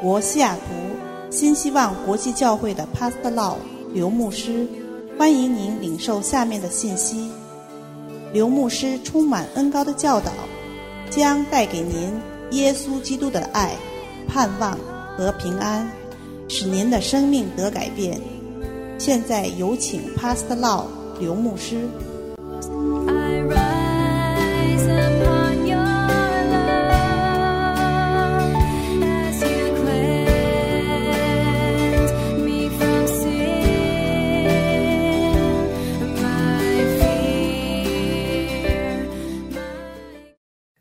国西雅图新希望国际教会的 Pastor Lau 刘牧师，欢迎您领受下面的信息。刘牧师充满恩高的教导，将带给您耶稣基督的爱、盼望和平安，使您的生命得改变。现在有请 Pastor Lau 刘牧师。 I rise upon your love as you cleanse me from sin, my fear.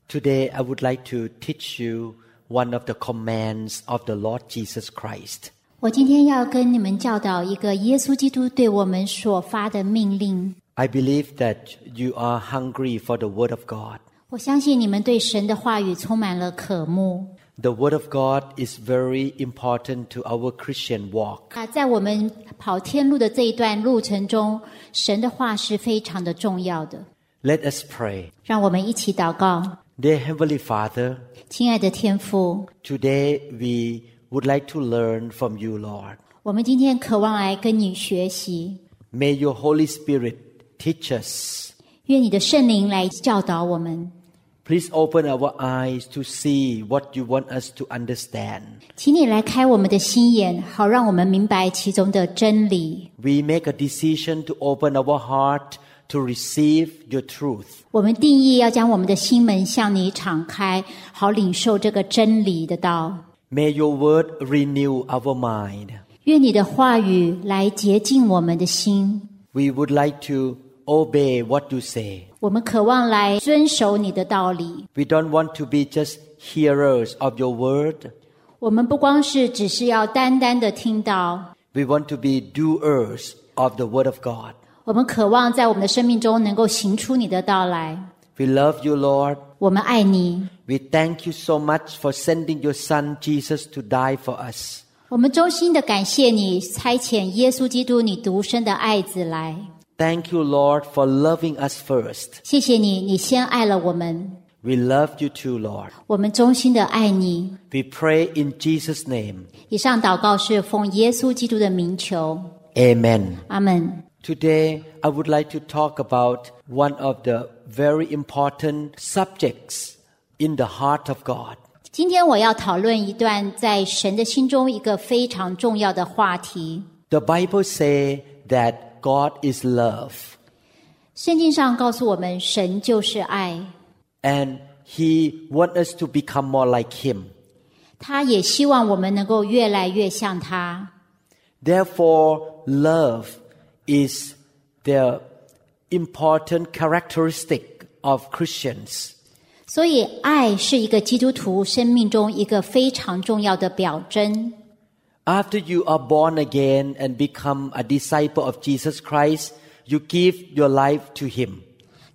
Today, I would like to teach you one of the commands of the Lord Jesus Christ. 我今天要跟你们教导一个耶稣基督对我们所发的命令。 I believe that you are hungry for the Word of God. 我相信你们对神的话语充满了渴慕 The Word of God is very important to our Christian walk. 啊，在我们跑天路的这一段路程中，神的话是非常的重要的。 Let us pray. 让我们一起祷告， Dear Heavenly Father, 亲爱的天父， today we would like to learn from you, Lord. 我们今天渴望来跟你学习， May your Holy Spirit teach us. 愿你的圣灵来教导我们， Please open our eyes to see what you want us to understand. 请你来开我们的心眼，好让我们明白其中的真理。 We make a decision to open our heart to receive your truth. 我们定义要将我们的心门向你敞开，好领受这个真理的道。 May your word renew our mind. 愿你的话语来洁净我们的心。 We would like to obey what you say. 我们渴望来遵守你的道理。 We don't want to be just hearers of your word. 我们不光是只是要单单的听到， We want to be doers of the word of God. 我们渴望在我们的生命中能够行出你的道来。 We love you, Lord. 我们爱你， We thank you so much for sending your son Jesus to die for us. 我们衷心的感谢你差遣耶稣基督你独生的爱子来。 Thank you, Lord, for loving us first. 谢谢你，你先爱了我们， We love you too, Lord. 我们衷心的爱你。 We pray in Jesus' name. 以上祷告是奉耶稣基督的名求， Amen. 阿门。 Today, I would like to talk about one of the very important subjects in the heart of God. 今天我要讨论一段在神的心中一个非常重要的话题。 The Bible says that God is love 圣经上告诉我们，神就是爱， and He wants us to become more like Him. 他也希望我们能够越来越像他。 Therefore, love is the important characteristic of Christians. 所以，爱是一个基督徒生命中一个非常重要的表征。 After you are born again and become a disciple of Jesus Christ, you give your life to Him.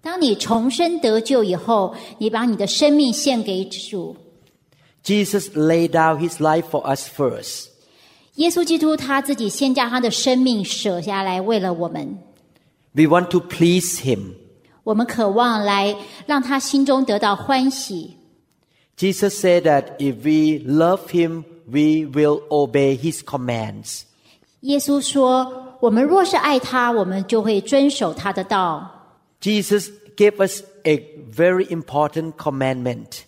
当你重生得救以后，你把你的生命献给主。 Jesus laid down his life for us first. 耶稣基督他自己先将他的生命舍下来，为了我们。 We want to please him. 我们渴望来让他心中得到欢喜。 Jesus said that if we love him, we will obey his commands. 耶稣说：“我们若是爱他，我们就会遵守他的道。 Jesus gave us a very important commandment. ”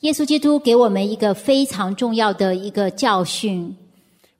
耶稣基督给我们一个非常重要的一个教训。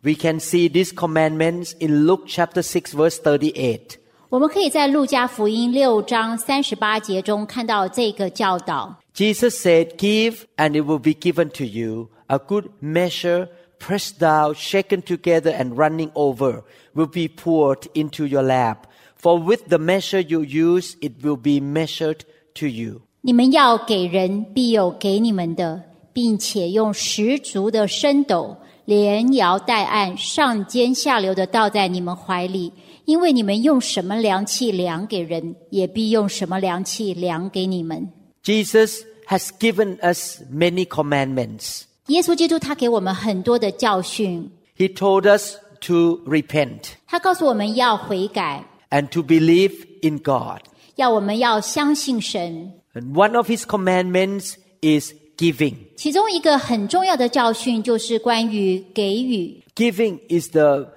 We can see these commandments in Luke chapter 6 verse 38. 我们可以在路加福音六章三十八节中看到这个教导。 Jesus said, give and it will be given to you. A good measure, pressed down, shaken together and running over will be poured into your lap. For with the measure you use, it will be measured to you. 你们要给人，必有给你们的，并且用十足的升斗，连摇带按，上尖下流的倒在你们怀里。因为你们用什么量器量给人，也必用什么量器量给你们。 Jesus has given us many commandments. 耶稣基督他给我们很多的教训， He told us to repent 他告诉我们要悔改， and to believe in God. 要我们要相信神。 And one of his commandments is giving. 其中一个很重要的教训就是关于给予。 Giving is the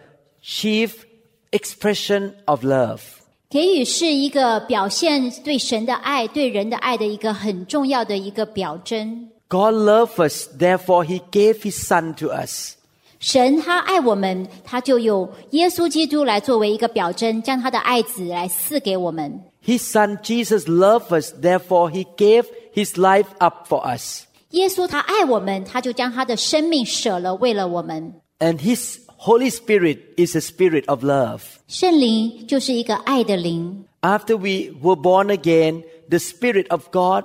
chief expression of love. 给予是一个表现对神的爱、对人的爱的一个很重要的一个表征。 God loved us, therefore he gave his son to us. 神他爱我们，他就用耶稣基督来作为一个表征，将他的爱子来赐给我们。 His son Jesus loved us, therefore he gave his life up for us. 耶稣他爱我们，他就将他的生命舍了，为了我们。 And his Holy Spirit is a spirit of love. 圣灵就是一个爱的灵。 After we were born again, the Spirit of God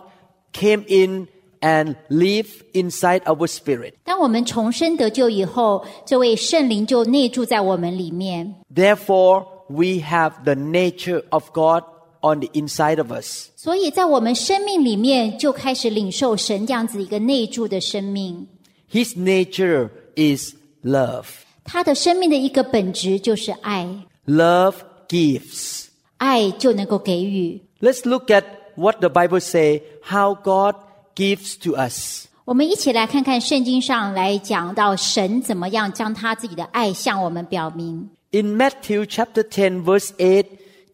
came in and lived inside our spirit. 当我们重生得救以后，这位圣灵就内住在我们里面， Therefore, we have the nature of God on the inside of us. 所以在我们生命里面就开始领受神这样子一个内住的生命。 His nature is love. 他的生命的一个本质就是爱， Love gives. 爱就能够给予。 Let's look at what the Bible say how God gives to us. 我们一起来看看圣经上来讲到神怎么样将他自己的爱向我们表明。 In Matthew chapter 10 verse 8,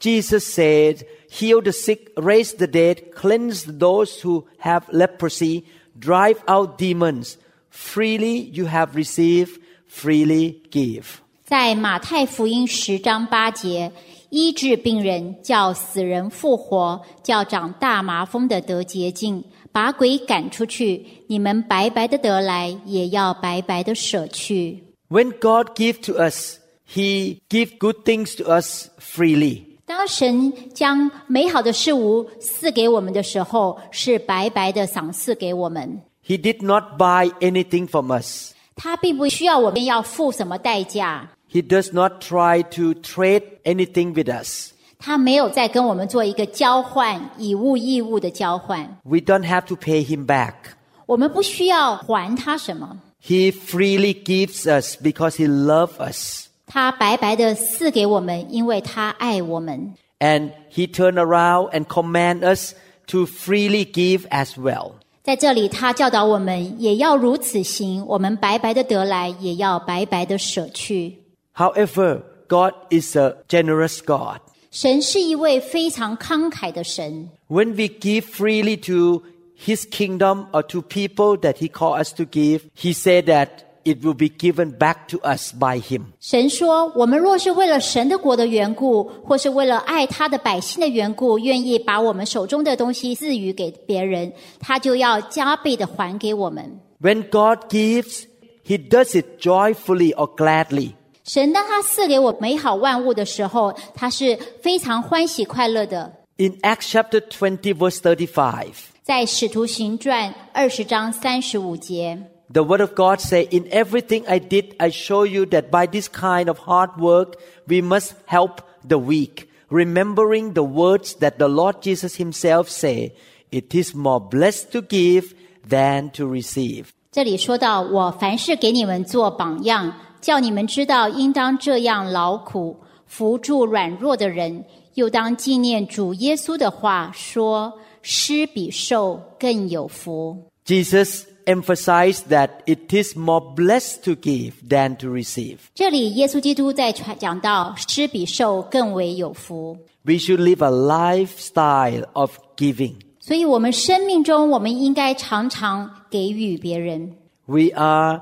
Jesus said, heal the sick, raise the dead, cleanse those who have leprosy, drive out demons. Freely you have received, freely give. 在马太福音十章八节，医治病人，叫死人复活，叫长大麻风的得洁净，把鬼赶出去。你们白白的得来，也要白白的舍去。 When God gives to us, He gives good things to us freely. 当神将美好的事物赐给我们的时候，是白白的赏赐给我们。 He did not buy anything from us. 他并不需要我们要付什么代价， He does not try to trade anything with us. 他没有在跟我们做一个交换，以物易物的交换。 We don't have to pay Him back. 我们不需要还他什么， He freely gives us because He loves us. 他白白的赐给我们，因为他爱我们。 And He turn around and command us to freely give as well. 在这里，他教导我们也要如此行。我们白白的得来，也要白白的舍去。 However, God is a generous God. 神是一位非常慷慨的神。 When we give freely to His kingdom or to people that He called us to give, He said that it will be given back to us by Him. 神说：“我们若是为了神的国的缘故，或是为了爱他的百姓的缘故，愿意把我们手中的东西赐予给别人，他就要加倍的还给我们。 When God gives, He does it joyfully or gladly. 神当他赐给我美好万物的时候，他是非常欢喜快乐的。 In Acts chapter 20, verse 35, 在《使徒行传》二十章三十五节， the Word of God says, In everything I did, I show you that by this kind of hard work, we must help the weak, remembering the words that the Lord Jesus Himself said, It is more blessed to give than to receive. 这里说到：“我凡事给你们做榜样，叫你们知道应当这样劳苦，扶助软弱的人，又当纪念主耶稣的话，说：施比受更有福。 Jesus emphasized that it is more blessed to give than to receive. ”这里耶稣基督在传讲到：“施比受更为有福。 We should live a lifestyle of giving. ”所以，我们生命中，我们应该常常给予别人。 We are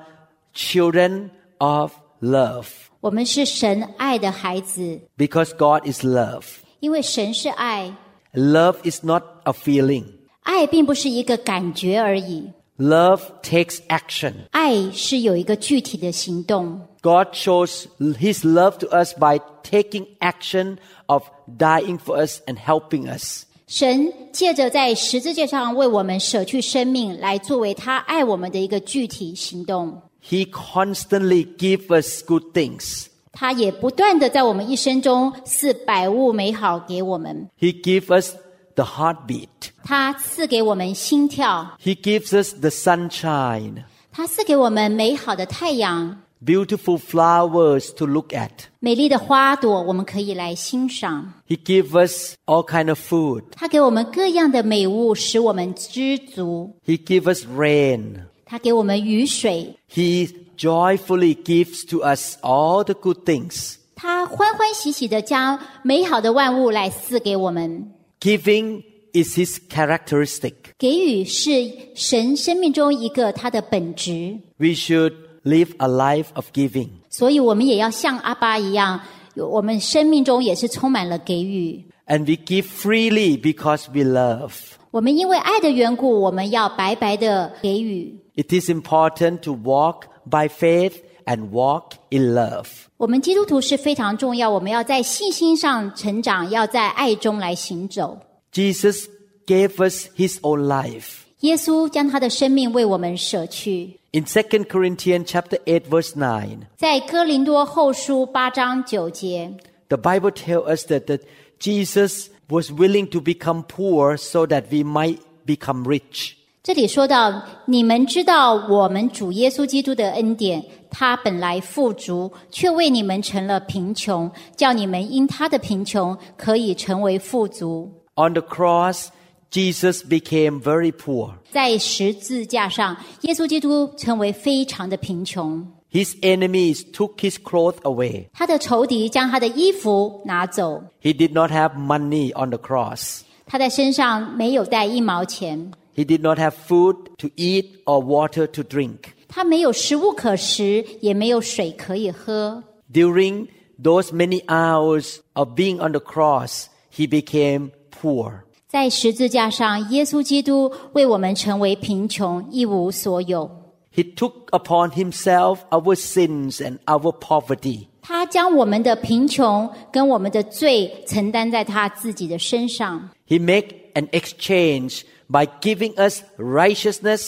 children of love 我们是神爱的孩子， because God is love. 因为神是爱， Love is not a feeling. 爱并不是一个感觉而已， Love takes action. 爱是有一个具体的行动。 God shows his love to us by taking action of dying for us and helping us. 神借着在十字架上为我们舍去生命，来作为他爱我们的一个具体行动。 He constantly gives us good things. 他也不断的在我们一生中赐百物美好给我们， He gives us the heartbeat. 他赐给我们心跳， He gives us the sunshine. 他赐给我们美好的太阳， beautiful flowers to look at. 美丽的花朵，我们可以来欣赏。 He gives us all kind of food. 他给我们各样的美物，使我们知足。 He gives us rain. 他给我们雨水， He joyfully gives to us all the good things. 他欢欢喜喜的将美好的万物来赐给我们。 Giving is his characteristic. 给予是神生命中一个他的本质， We should live a life of giving. 所以我们也要像阿巴一样，有我们生命中也是充满了给予。 And we give freely because we love. 我们因为爱的缘故，我们要白白的给予。 It is important to walk by faith and walk in love. 我们基督徒是非常重要，我们要在信心上成长，要在爱中来行走。 Jesus gave us his own life. 耶稣将他的生命为我们舍去， In 2 Corinthians chapter 8 verse 9, 在哥林多后书八章九节， the Bible tells us that, that Jesus was willing to become poor so that we might become rich. 这里说到：你们知道我们主耶稣基督的恩典，他本来富足，却为你们成了贫穷，叫你们因他的贫穷可以成为富足。 On the cross, Jesus became very poor. 在十字架上，耶稣基督成为非常的贫穷， His enemies took his clothes away. 他的仇敌将他的衣服拿走， He did not have money on the cross. 他在身上没有带一毛钱， He did not have food to eat or water to drink. 他没有食物可食，也没有水可以喝。 During those many hours of being on the cross, he became poor. 在十字架上，耶稣基督为我们成为贫穷，一无所有。 He took upon himself our sins and our poverty. 他将我们的贫穷跟我们的罪承担在他自己的身上， He made an exchange by giving us righteousness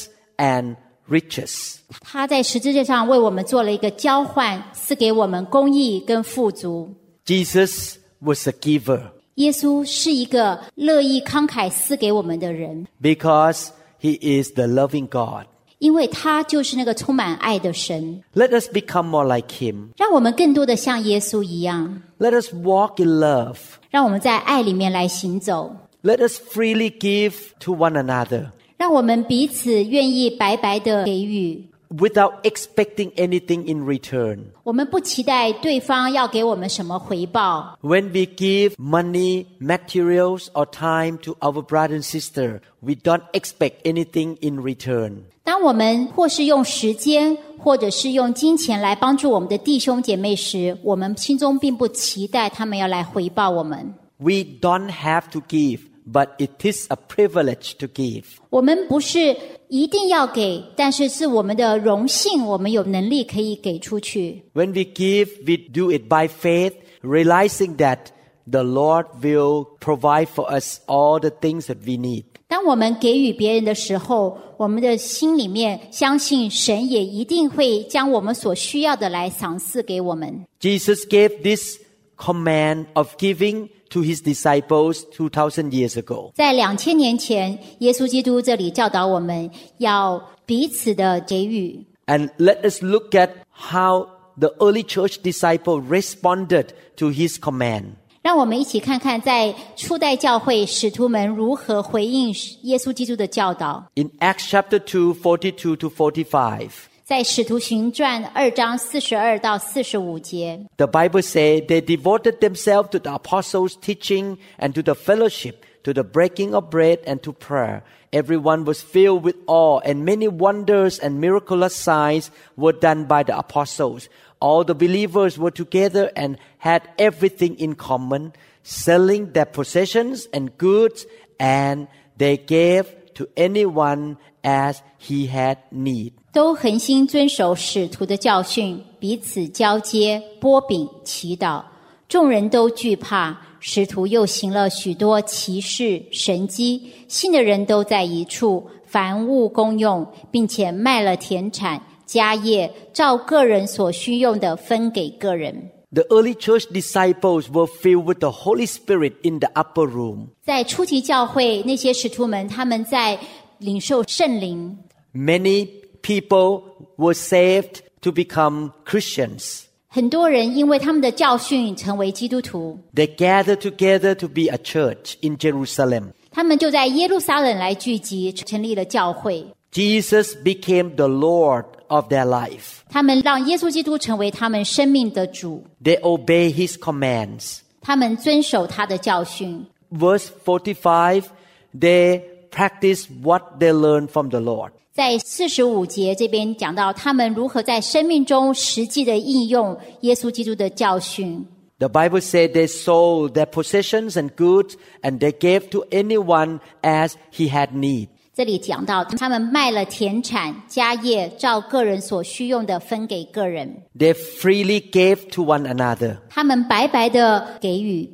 and riches. 他在十字架上为我们做了一个交换，赐给我们公义跟富足。 Jesus was a giver 耶稣是一个乐意慷慨赐给我们的人， because he is the loving God. 因为他就是那个充满爱的神。 Let us become more like him. 让我们更多的像耶稣一样， Let us walk in love. 让我们在爱里面来行走， Let us freely give to one another 让我们彼此愿意白白的给予。 without expecting anything in return. 我们不期待对方要给我们什么回报， When we give money, materials, or time to our brother and sister, we don't expect anything in return. 当我们或是用时间，或者是用金钱来帮助我们的弟兄姐妹时，我们心中并不期待他们要来回报我们。 We don't have to give, but it is a privilege to give. 我们不是一定要给，但是是我们的荣幸，我们有能力可以给出去。 When we give, we do it by faith, realizing that the Lord will provide for us all the things that we need. 当我们给予别人的时候，我们的心里面相信神也一定会将我们所需要的来赏赐给我们。 Jesus gave this command of giving to his disciples 2000 years ago. 在两千年前，耶稣基督这里教导我们要彼此的给予， And let us look at how the early church disciple responded to his command. 让我们一起看看，在初代教会使徒们如何回应耶稣基督的教导。 In Acts chapter 2, 42 to 45, 在《使徒行传》二章四十二到四十五节， the Bible says they devoted themselves to the apostles' teaching and to the fellowship, to the breaking of bread and to prayer. Everyone was filled with awe, and many wonders and miraculous signs were done by the apostles. All the believers were together and had everything in common, selling their possessions and goods, and they gave to anyone as he had need. 都恒心遵守使徒的教训，彼此交接、波饼、祈祷。众人都惧怕，使徒又行了许多奇事神迹，信的人都在一处，凡物公用，并且卖了田产家业，照个人所需用的分给个人。 The early church disciples were filled with the Holy Spirit in the upper room. 在初期教会，那些使徒们他们在领受圣灵， Many people were saved to become Christians. 很多人因为他们的教训成为基督徒， They gather together to be a church in Jerusalem. 他们就在耶路撒冷来聚集，成立了教会。 Jesus became the Lord of their life. 他们让耶稣基督成为他们生命的主， They obey his commands. 他们遵守他的教训。 Verse 45, they practice what they learned from the Lord. 在四十五节这边讲到，他们如何在生命中实际的应用耶稣基督的教训。 The Bible said they sold their possessions and goods and they gave to anyone as he had need. 这里讲到，他们卖了田产、家业，照个人所需用的分给个人， They freely gave to one another. 他们白白的给予，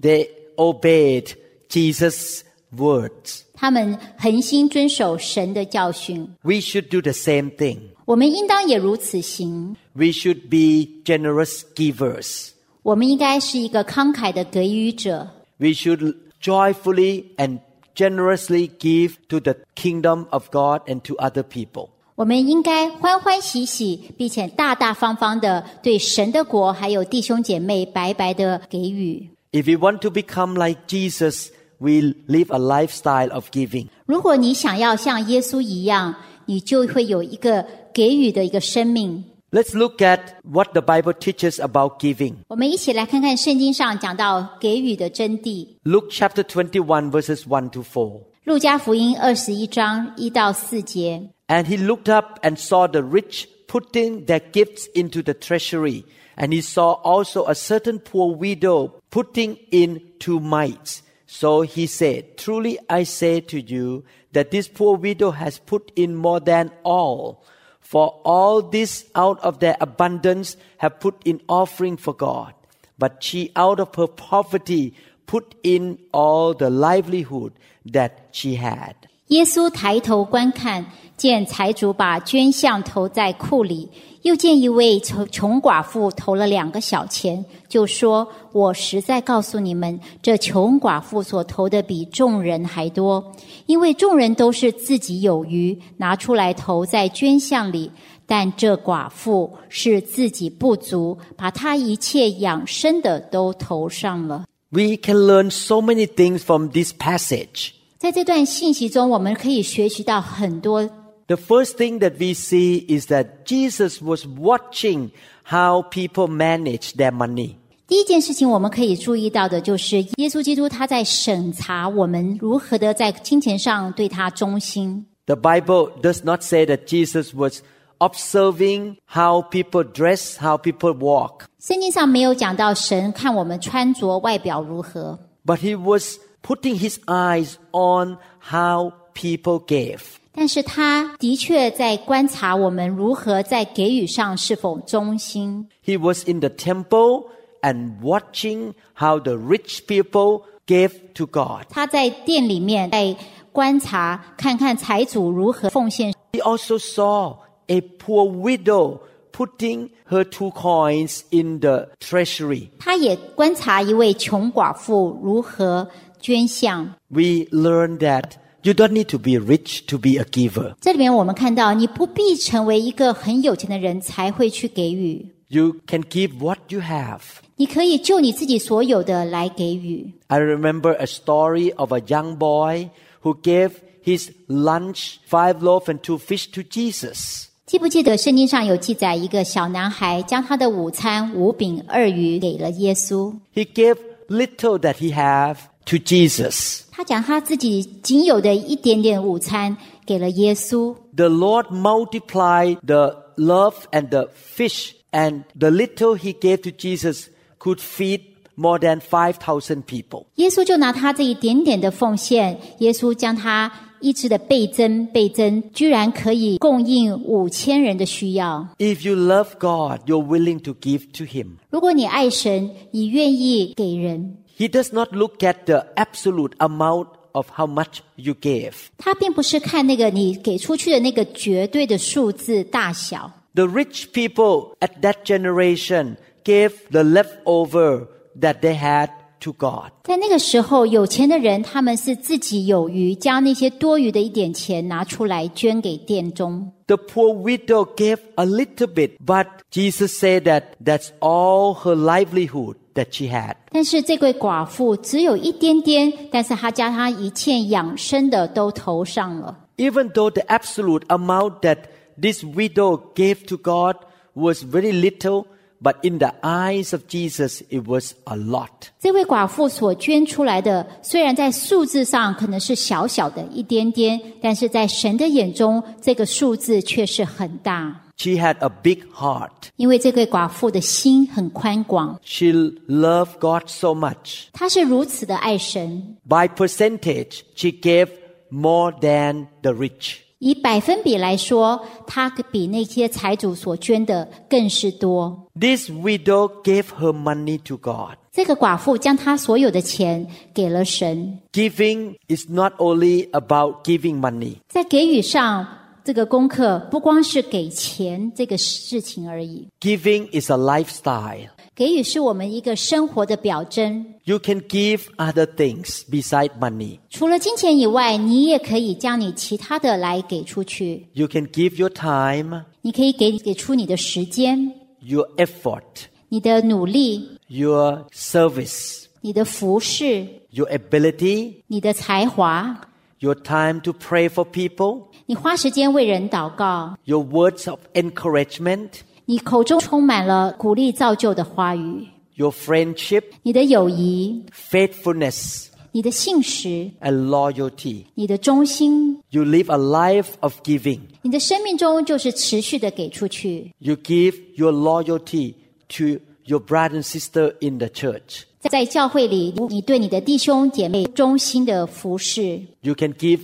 They obeyed Jesus' words. 他们恒心遵守神的教训。 We should do the same thing. 我们应当也如此行。 We should be generous givers. 我们应该是一个慷慨的给予者， We should joyfully and generously give to the kingdom of God and to other people. 我们应该欢欢喜喜，并且大大方方的对神的国还有弟兄姐妹白白的给予。 If we want to become like Jesus, we live a lifestyle of giving. 如果你想要像耶稣一样，你就会有一个给予的一个生命。 Let's look at what the Bible teaches about giving. 我们一起来看看圣经上讲到给予的真谛。 Luke chapter 21 verses 1 to 4. 路加福音二十一章一到四节， And he looked up and saw the rich putting their gifts into the treasury. And he saw also a certain poor widow putting in two mites. So he said, Truly I say to you that this poor widow has put in more than all. For all this out of their abundance have put in offering for God. But she out of her poverty put in all the livelihood that she had. 耶稣抬头观看，见财主把捐项投在库里，又见一位穷穷寡妇投了两个小钱，就说：“我实在告诉你们，这穷寡妇所投的比众人还多，因为众人都是自己有余，拿出来投在捐项里。”但这寡妇是自己不足，把她一切养生的都投上了。 We can learn so many things from this passage. 在这段信息中，我们可以学习到很多。 The first thing that we see is that Jesus was watching how people manage their money. 第一件事情，我们可以注意到的就是，耶稣基督他在审查我们如何的在金钱上对他忠心。 The Bible does not say that Jesus was observing how people dress, how people walk, 圣经上没有讲到神看我们穿着外表如何， but he was putting his eyes on how people gave. 但是他的确在观察我们如何在给予上是否忠心。 He was in the temple and watching how the rich people gave to God. 他在店里面在观察，看看财主如何奉献 He also saw a poor widow putting her two coins in the treasury. 他也观察一位穷寡妇如何捐项。 We learn that you don't need to be rich to be a giver. 这里面我们看到，你不必成为一个很有钱的人才会去给予， You can give what you have. 你可以就你自己所有的来给予。 I remember a story of a young boy who gave his lunch, five loaves and two fish to Jesus. 记不记得圣经上有记载，一个小男孩将他的午餐五饼二鱼给了耶稣。 He gave little that he had to Jesus. 他讲他自己仅有的一点点午餐给了耶稣， The Lord multiplied the love and the fish, and the little he gave to Jesus could feed more than 5,000 people. 耶稣就拿他这一点点的奉献，耶稣将他一直的倍增倍增，居然可以供应五千人的需要。 If you love God, you're willing to give to him. 如果你爱神，你愿意给人， He does not look at the absolute amount of how much you gave. 他并不是看那个你给出去的那个绝对的数字大小。 The rich people at that generation gave the leftover that they had to God. 在那个时候，有钱的人他们是自己有余，将那些多余的一点钱拿出来捐给殿中。 The poor widow gave a little bit, but Jesus said that that's all her livelihood that she had. 但是这位寡妇只有一点点，但是她将她一切养生的都投上了。 Even though the absolute amount that this widow gave to God was very little, but in the eyes of Jesus, it was a lot. 这位寡妇所捐出来的，虽然在数字上可能是小小的一点点，但是在神的眼中，这个数字却是很大， She had a big heart. 因为这位寡妇的心很宽广， She loved God so much. 她是如此的爱神。 By percentage, she gave more than the rich. 以百分比来说，她比那些财主所捐的更是多。 This widow gave her money to God. 这个寡妇将她所有的钱给了神， Giving is not only about giving money. 在给予上，这个功课不光是给钱这个事情而已， Giving is a lifestyle. 给予是我们一个生活的表征。 You can give other things beside money. 除了金钱以外，你也可以将你其他的来给出去， You can give your time, 你可以给给出你的时间、 your effort, 你的努力、 your service, 你的服饰、 your ability, 你的才华， your time to pray for people, 你花时间为人祷告， your words of encouragement, 你口中充满了鼓励造就的话语， your friendship, 你的友谊、 faithfulness, 你的信实、 and loyalty. 你的忠心， You live a life of giving. 你的生命中就是持续的给出去。 You give your loyalty to your brother and sister in the church. 在教会里，你对你的弟兄姐妹忠心的服侍， You can give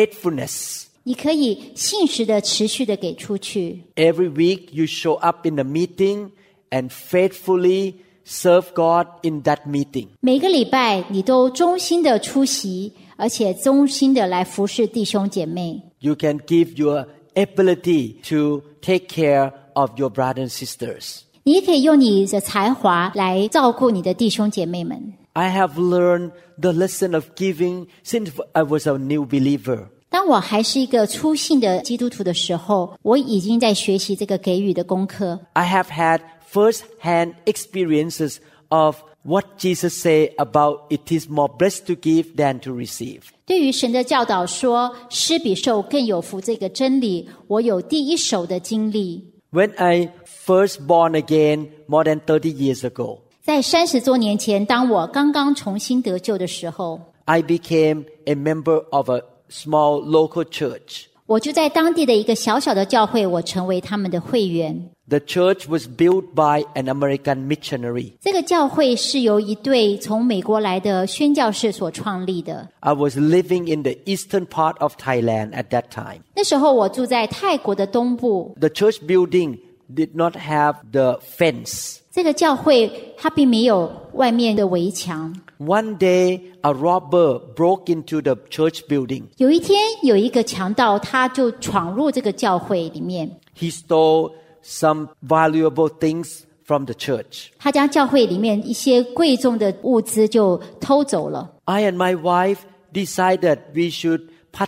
faithfulness. 你可以信实的、持续的给出去。 Every week you show up in the meeting and faithfully serve God in that meeting. 每个礼拜，你都忠心的出席，而且忠心的来服侍弟兄姐妹。 You can give your ability to take care of your brothers and sisters. 你也可以用你的才华来照顾你的弟兄姐妹们。 I have learned the lesson of giving since I was a new believer. 当我还是一个初信的基督徒的时候，我已经在学习这个给予的功课。 I have had first-hand experiences of what Jesus said about it is more blessed to give than to receive. 对于神的教导说“施比受更有福”这个真理，我有第一手的经历。 When I first born again more than 30 years ago, 在三十多年前，当我刚刚重新得救的时候， I became a member of a small local church. 我就在当地的一个小小的教会，我成为他们的会员。 The church was built by an American missionary. 这个教会是由一对从美国来的宣教士所创立的。 I was living in the eastern part of Thailand at that time. 那时候我住在泰国的东部， The church building did not have the fence. 这个教会它并没有外面的围墙。 One day, a robber broke into the church building. 有一天，有一个强盗，他就闯入这个教会里面， He stole some valuable things from the church. 他将教会里面一些贵重的物资就偷走了。 I and my wife decided we should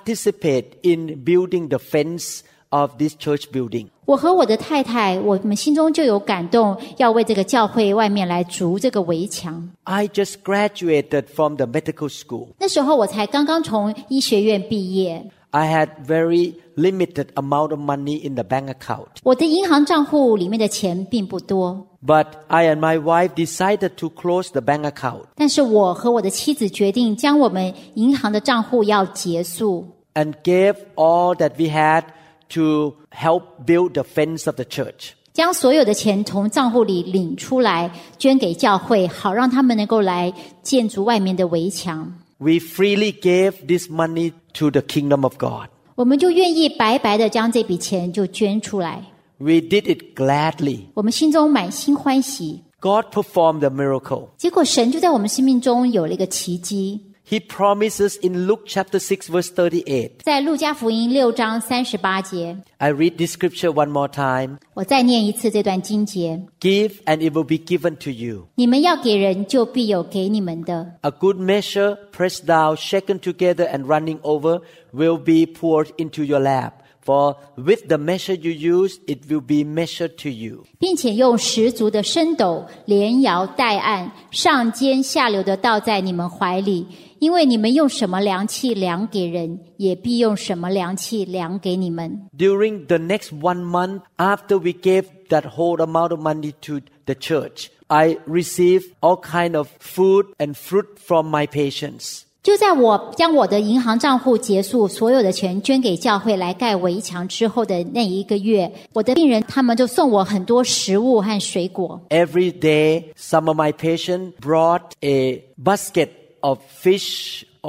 participate in building the fence of this church building. 我和我的太太，我们心中就有感动，要为这个教会外面来筑这个围墙。 I just graduated from the medical school. 那时候我才刚刚从医学院毕业， I had very limited amount of money in the bank account. 我的银行账户里面的钱并不多， But I and my wife decided to close the bank account 但是我和我的妻子决定将我们银行的账户要结束， and gave all that we had to help build the fence of the church. 将所有的钱从账户里领出来，捐给教会，好让他们能够来建筑外面的围墙。 We freely gave this money to the kingdom of God. 我们就愿意白白的将这笔钱就捐出来， We did it gladly. 我们心中满心欢喜。 God performed the miracle. 结果神就在我们生命中有了一个奇迹， He promises in Luke chapter 6 verse 38. 在路加福音六章三十八节， I read this scripture one more time. 我再念一次这段经节： Give and it will be given to you. 你们要给人，就必有给你们的； A good measure, pressed down, shaken together and running over will be poured into your lap. For with the measure you use, it will be measured to you. 并且用十足的升斗连摇带按，上尖下流的倒在你们怀里。因为你们用什么量器量给人，也必用什么量器量给你们。 During the next one month after we gave that whole amount of money to the church, I received all kind of food and fruit from my patients. 就在我将我的银行账户结束，所有的钱捐给教会来盖围墙之后的那一个月，我的病人他们就送我很多食物和水果。 Every day, some of my patients brought a basket of fish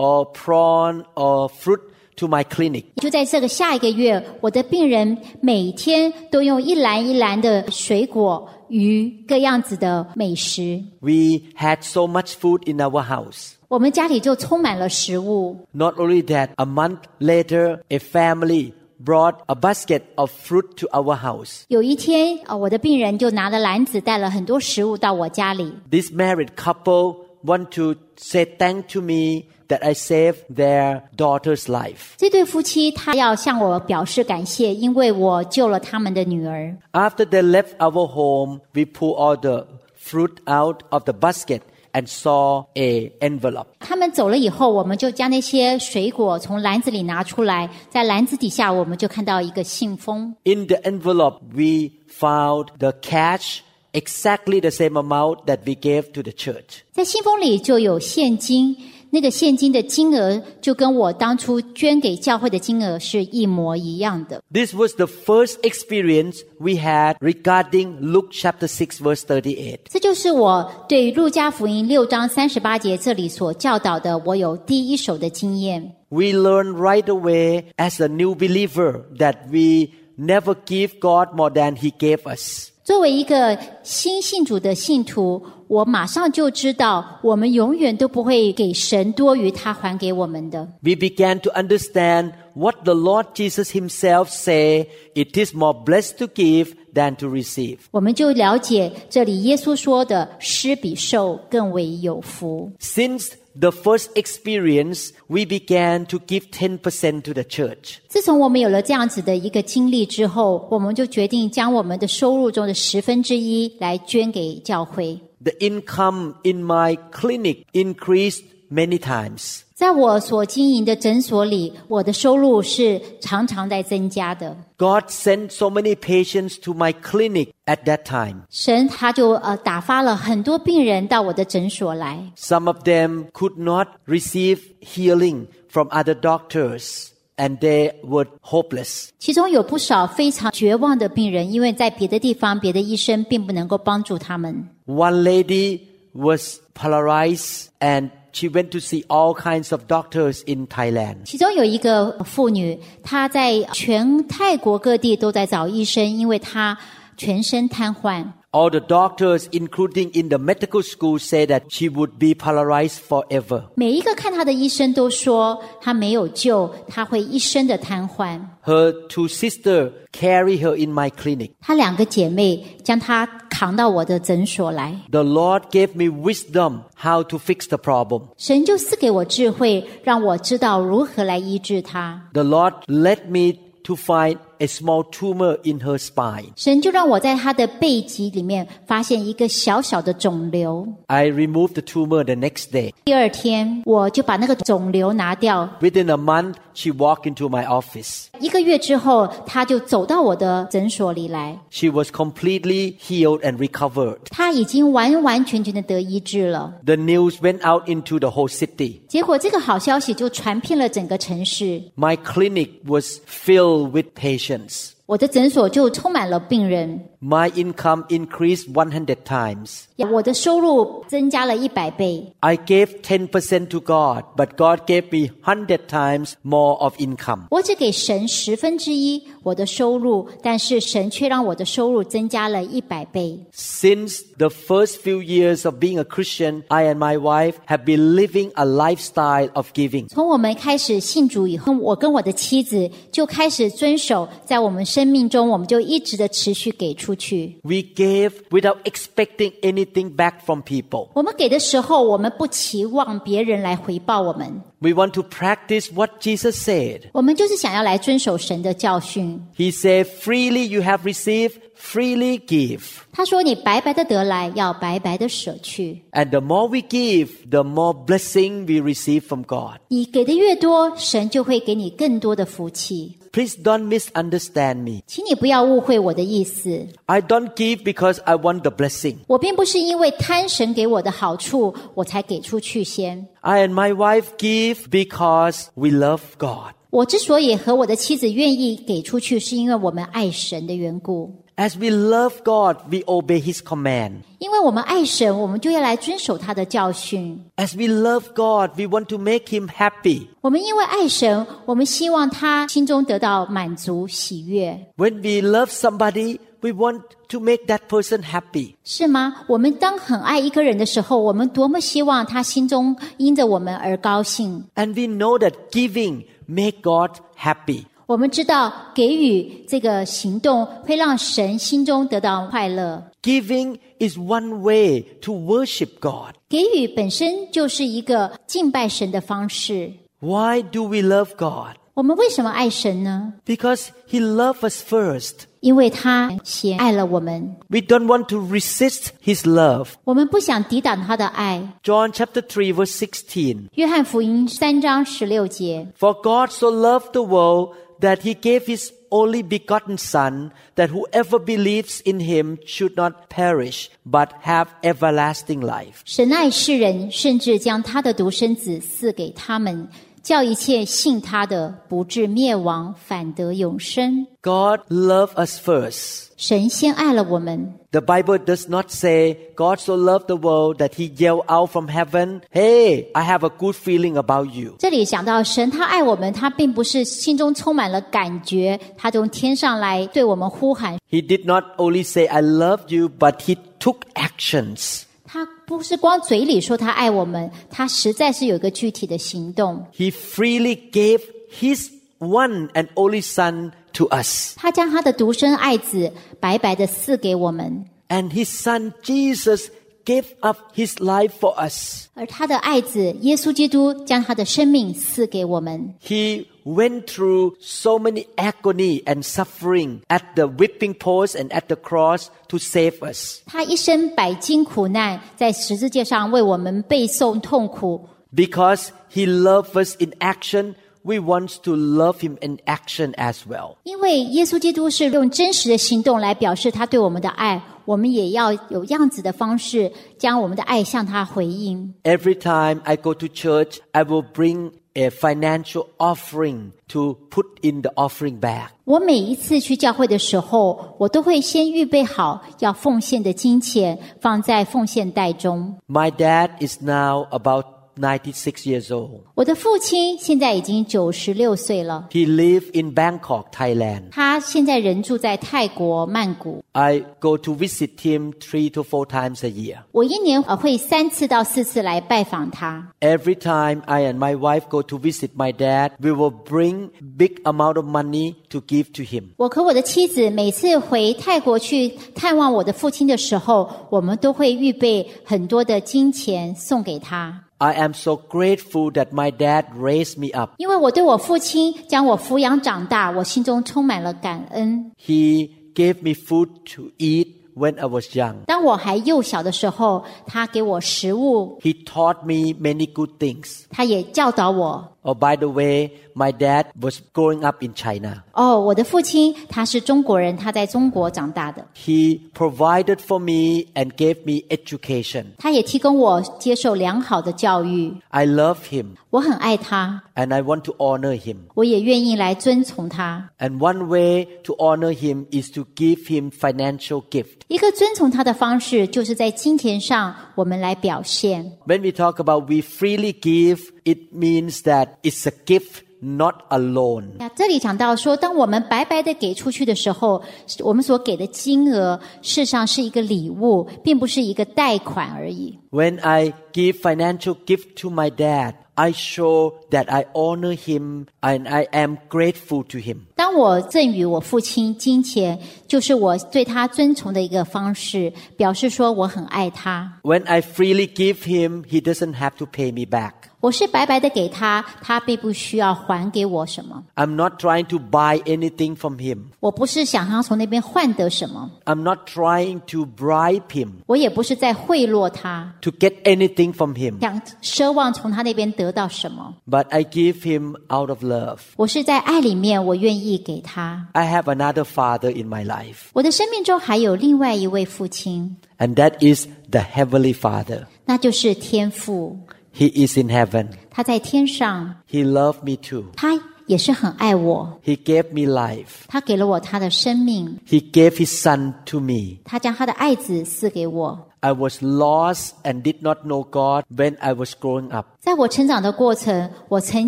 or prawn or fruit to my clinic. 就在这个下一个月，我的病人每天都用一篮一篮的水果、鱼各样子的美食， We had so much food in our house. 我们家里就充满了食物。 Not only that, a month later, a family brought a basket of fruit to our house. 有一天，呃，我的病人就拿了篮子，带了很多食物到我家里。 This married couple want to say thank to me that I saved their daughter's life. 这对夫妻他要向我表示感谢，因为我救了他们的女儿。 After they left our home, we pulled all the fruit out of the basket and saw a envelope. 他们走了以后，我们就将那些水果从篮子里拿出来，在篮子底下我们就看到一个信封， In the envelope, we found the cash, exactly the same amount that we gave to the church. 在信封里就有现金，那个现金的金额就跟我当初捐给教会的金额是一模一样的。 This was the first experience we had regarding Luke chapter 6 verse 38. 这就是我对路加福音六章三十八节这里所教导的，我有第一手的经验。 We learned right away as a new believer that we never give God more than he gave us. 作为一个新信主的信徒，我马上就知道，我们永远都不会给神多于他还给我们的。 We began to understand what the Lord Jesus himself say, it is more blessed to give than to receive. 我们就了解这里耶稣说的“施比受更为有福 Since the first experience, we began to give 10% to the church. ”。自从我们有了这样子的一个经历之后，我们就决定将我们的收入中的十分之一来捐给教会。 The income in my clinic increased many times. 在我所经营的诊所里，我的收入是常常在增加的。 God sent so many patients to my clinic at that time. 神他就呃打发了很多病人到我的诊所来， Some of them could not receive healing from other doctors and they were hopeless. 其中有不少非常绝望的病人，因为在别的地方别的医生并不能够帮助他们。 One lady was polarized and she went to see all kinds of doctors in Thailand. 其中有一个妇女，她在全泰国各地都在找医生，因为她全身瘫痪。 All the doctors, including in the medical school, said that she would be polarized forever. 每一个看她的医生都说她没有救，她会一生的瘫痪。 Her two sisters carry her in my clinic. 她两个姐妹将她扛到我的诊所来， The Lord gave me wisdom how to fix the problem. 神就赐给我智慧，让我知道如何来医治她。 The Lord led me to find a small tumor in her spine. 神就让我在她的背脊里面发现一个小小的肿瘤。 I removed the tumor the next day. 第二天，我就把那个肿瘤拿掉， Within a month, she walked into my office. 一个月之后，他就走到我的诊所里来， She was completely healed and recovered. 他已经完完全全的得医治了。 The news went out into the whole city. 结果这个好消息就传遍了整个城市， My clinic was filled with patients. 我的诊所就充满了病人， My income increased 100 times. 我的收入增加了一百倍。 I gave 10% to God, but God gave me 100 times more of income. 我只给神十分之一我的收入，但是神却让我的收入增加了一百倍。 Since the first few years of being a Christian, I and my wife have been living a lifestyle of giving. 从我们开始信主以后，我跟我的妻子就开始遵守，在我们生命中，我们就一直的持续给出去。 We gave without expecting anything back from people. 我们给的时候，我们不期望别人来回报我们， We want to practice what Jesus said. 我们就是想要来遵守神的教训。 He said, freely you have received, freely give. 他说：“你白白的得来，要白白的舍去。 And the more we give, the more blessing we receive from God. 你给的越多，神就会给你更多的福气。 Please don't misunderstand me. 请你不要误会我的意思， I don't give because I want the blessing. 我并不是因为贪神给我的好处，我才给出去先。 I and my wife give because we love God. 我之所以和我的妻子愿意给出去，是因为我们爱神的缘故。 As we love God, we obey His command. 因为我们爱神，我们就要来遵守他的教训。 As we love God, we want to make Him happy. 我们因为爱神，我们希望他心中得到满足喜悦， When we love somebody, we want to make that person happy. 是吗？我们当很爱一个人的时候，我们多么希望他心中因着我们而高兴。 And we know that giving make God happy. 我们知道给予这个行动会让神心中得到快乐。 Giving is one way to worship God. 给予本身就是一个敬拜神的方式。 Why do we love God? 我们为什么爱神呢？ Because He loved us first. 因为他先爱了我们， We don't want to resist His love. 我们不想抵挡他的爱。 John chapter 3 verse 16. 约翰福音三章十六节， For God so loved the world that he gave his only begotten son that whoever believes in him should not perish but have everlasting life. 神爱世人，甚至将他的独生子赐给他们，叫一切信他的不至灭亡，反得永生。 God loved us first. 神先爱了我们， The Bible does not say God so loved the world that he yelled out from heaven, "Hey, I have a good feeling about you." 这里讲到神，他爱我们，他并不是心中充满了感觉，他从天上来对我们呼喊。 He did not only say I love you, but he took actions. 他不是光嘴里说他爱我们，他实在是有一个具体的行动。 He freely gave his one and only son to us. 他将他的独生爱子白白的赐给我们， And his son Jesus gave up his life for us. 而他的爱子耶稣基督将他的生命赐给我们。 He went through so many agony and suffering at the whipping post and at the cross to save us 他一生百经苦难，在十字架上为我们背诵痛苦， because he loved us in action. We want to love him in action as well. 因为耶稣基督是用真实的行动来表示他对我们的爱，我们也要有样子的方式将我们的爱向他回应。 Every time I go to church, I will bring a financial offering to put in the offering bag. 我每一次去教会的时候，我都会先预备好要奉献的金钱，放在奉献袋中。 My dad is now about 96 years old. 我的父亲现在已经九十六岁了， He lives in Bangkok, Thailand. 他现在人住在泰国曼谷。 I go to visit him three to four times a year. 我一年呃会三次到四次来拜访他。 Every time I and my wife go to visit my dad, we will bring big amount of money to give to him. 我和我的妻子每次回泰国去探望我的父亲的时候，我们都会预备很多的金钱送给他， I am so grateful that my dad raised me up. 因为我对我父亲将我抚养长大，我心中充满了感恩。 He gave me food to eat when I was young. 当我还幼小的时候，他给我食物， He taught me many good things. 他也教导我。 Oh, by the way, my dad was growing up in China. 哦，我的父亲他是中国人，他在中国长大的， He provided for me and gave me education. 他也提供我接受良好的教育， I love him 我很爱他， and I want to honor him. 我也愿意来遵从他。 And one way to honor him is to give him financial gift. 一个遵从他的方式，就是在金钱上我们来表现。 When we talk about we freely give, it means that it's a gift, not a loan. 那这里讲到说，当我们白白的给出去的时候，是我们所给的金额事实上是一个礼物，并不是一个贷款而已。 When I give financial gift to my dad, I show that I honor him and I am grateful to him. 当我赠予我父亲金钱，就是我对他尊崇的一个方式，表示说我很爱他。 When I freely give him, he doesn't have to pay me back. 我是白白的给他，他并不需要还给我什么。 I'm not trying to buy anything from him. 我不是想要从那边换得什么， I'm not trying to bribe him 我也不是在贿赂他， to get anything from him. 想奢望从他那边得到什么。 But I give him out of love. 我是在爱里面，我愿意给他。 I have another father in my life, 我的生命中还有另外一位父亲， and that is the Heavenly Father. 那就是天父， He is in heaven. 他在天上， He loved me too. 他也是很爱我， He gave me life. 他给了我他的生命， He gave his son to me. 他将他的爱子赐给我。 I was lost and did not know God when I was growing up. 在我成长的过程，我曾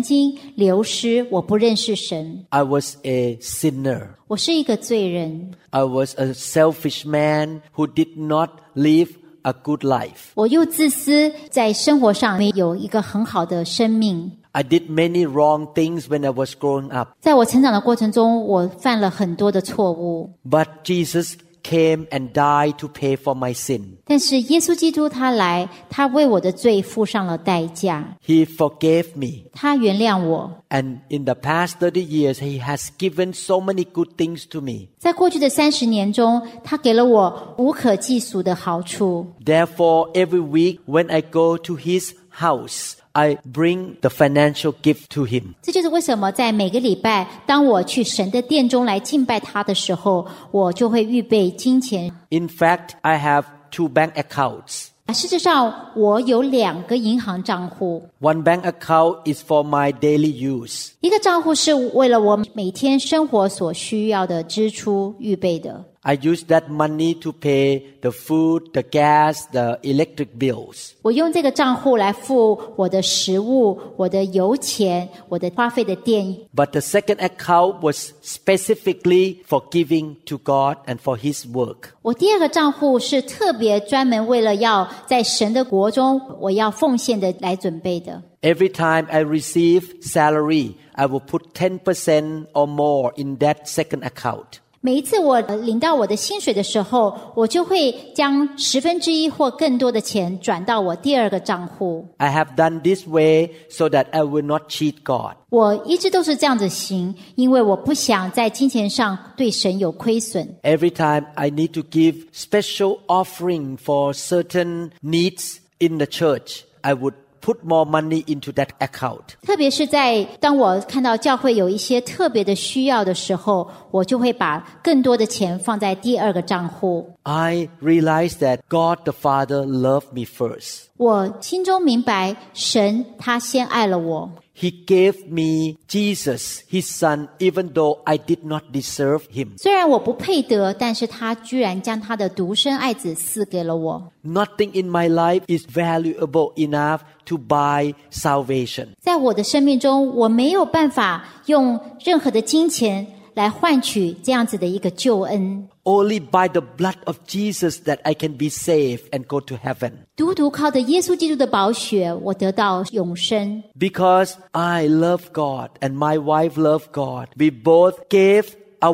经流失，我不认识神， I was a sinner. 我是一个罪人， I was a selfish man who did not live a good life. 我又自私，在生活上没有一个很好的生命。 I did many wrong things when I was growing up. 在我成长的过程中，我犯了很多的错误， But Jesus came and died to pay for my sin. 但是耶稣基督他来，他为我的罪付上了代价， He forgave me. 他原谅我， And in the past 30 years, He has given so many good things to me. 在过去的三十年中，他给了我无可计数的好处。 Therefore, every week when I go to His house, I bring the financial gift to Him. 这就是为什么在每个礼拜，当我去神的殿中来敬拜他的时候，我就会预备金钱。啊 In fact, I have two bank accounts. 事实上，我有两个银行账户， One bank account is for my daily use. 一个账户是为了我每天生活所需要的支出预备的。 I use that money to pay the food, the gas, the electric bills. 我用这个账户来付我的食物、我的油钱、我的花费的电 But the second account was specifically for giving to God and for His work. 我第二个账户是特别专门为了要在神的国中，我要奉献的来准备的。 Every time I receive salary, I will put 10% or more in that second account. 每一次我呃领到我的薪水的时候，我就会将十分之一或更多的钱转到我第二个账户。 I have done this way so that I will not cheat God. 我一直都是这样子行，因为我不想在金钱上对神有亏损。 Every time I need to give special offering for certain needs in the church, I would put more money into that account. 特别是在当我看到教会有一些特别的需要的时候，我就会把更多的钱放在第二个账户。 I realized that God the Father loved me first. 我心中明白，神他先爱了我， He gave me Jesus, His Son, even though I did not deserve Him. 虽然我不配得，但是他居然将他的独生爱子赐给了我。 Nothing in my life is valuable enough to buy salvation. 在我的生命中，我没有办法用任何的金钱来换取这样子的一个救恩， Only by the blood of Jesus that I can be saved and go to heaven. 独独靠着耶稣基督的宝血，我得到永生。 Because I love God and my wife loved God, we both gave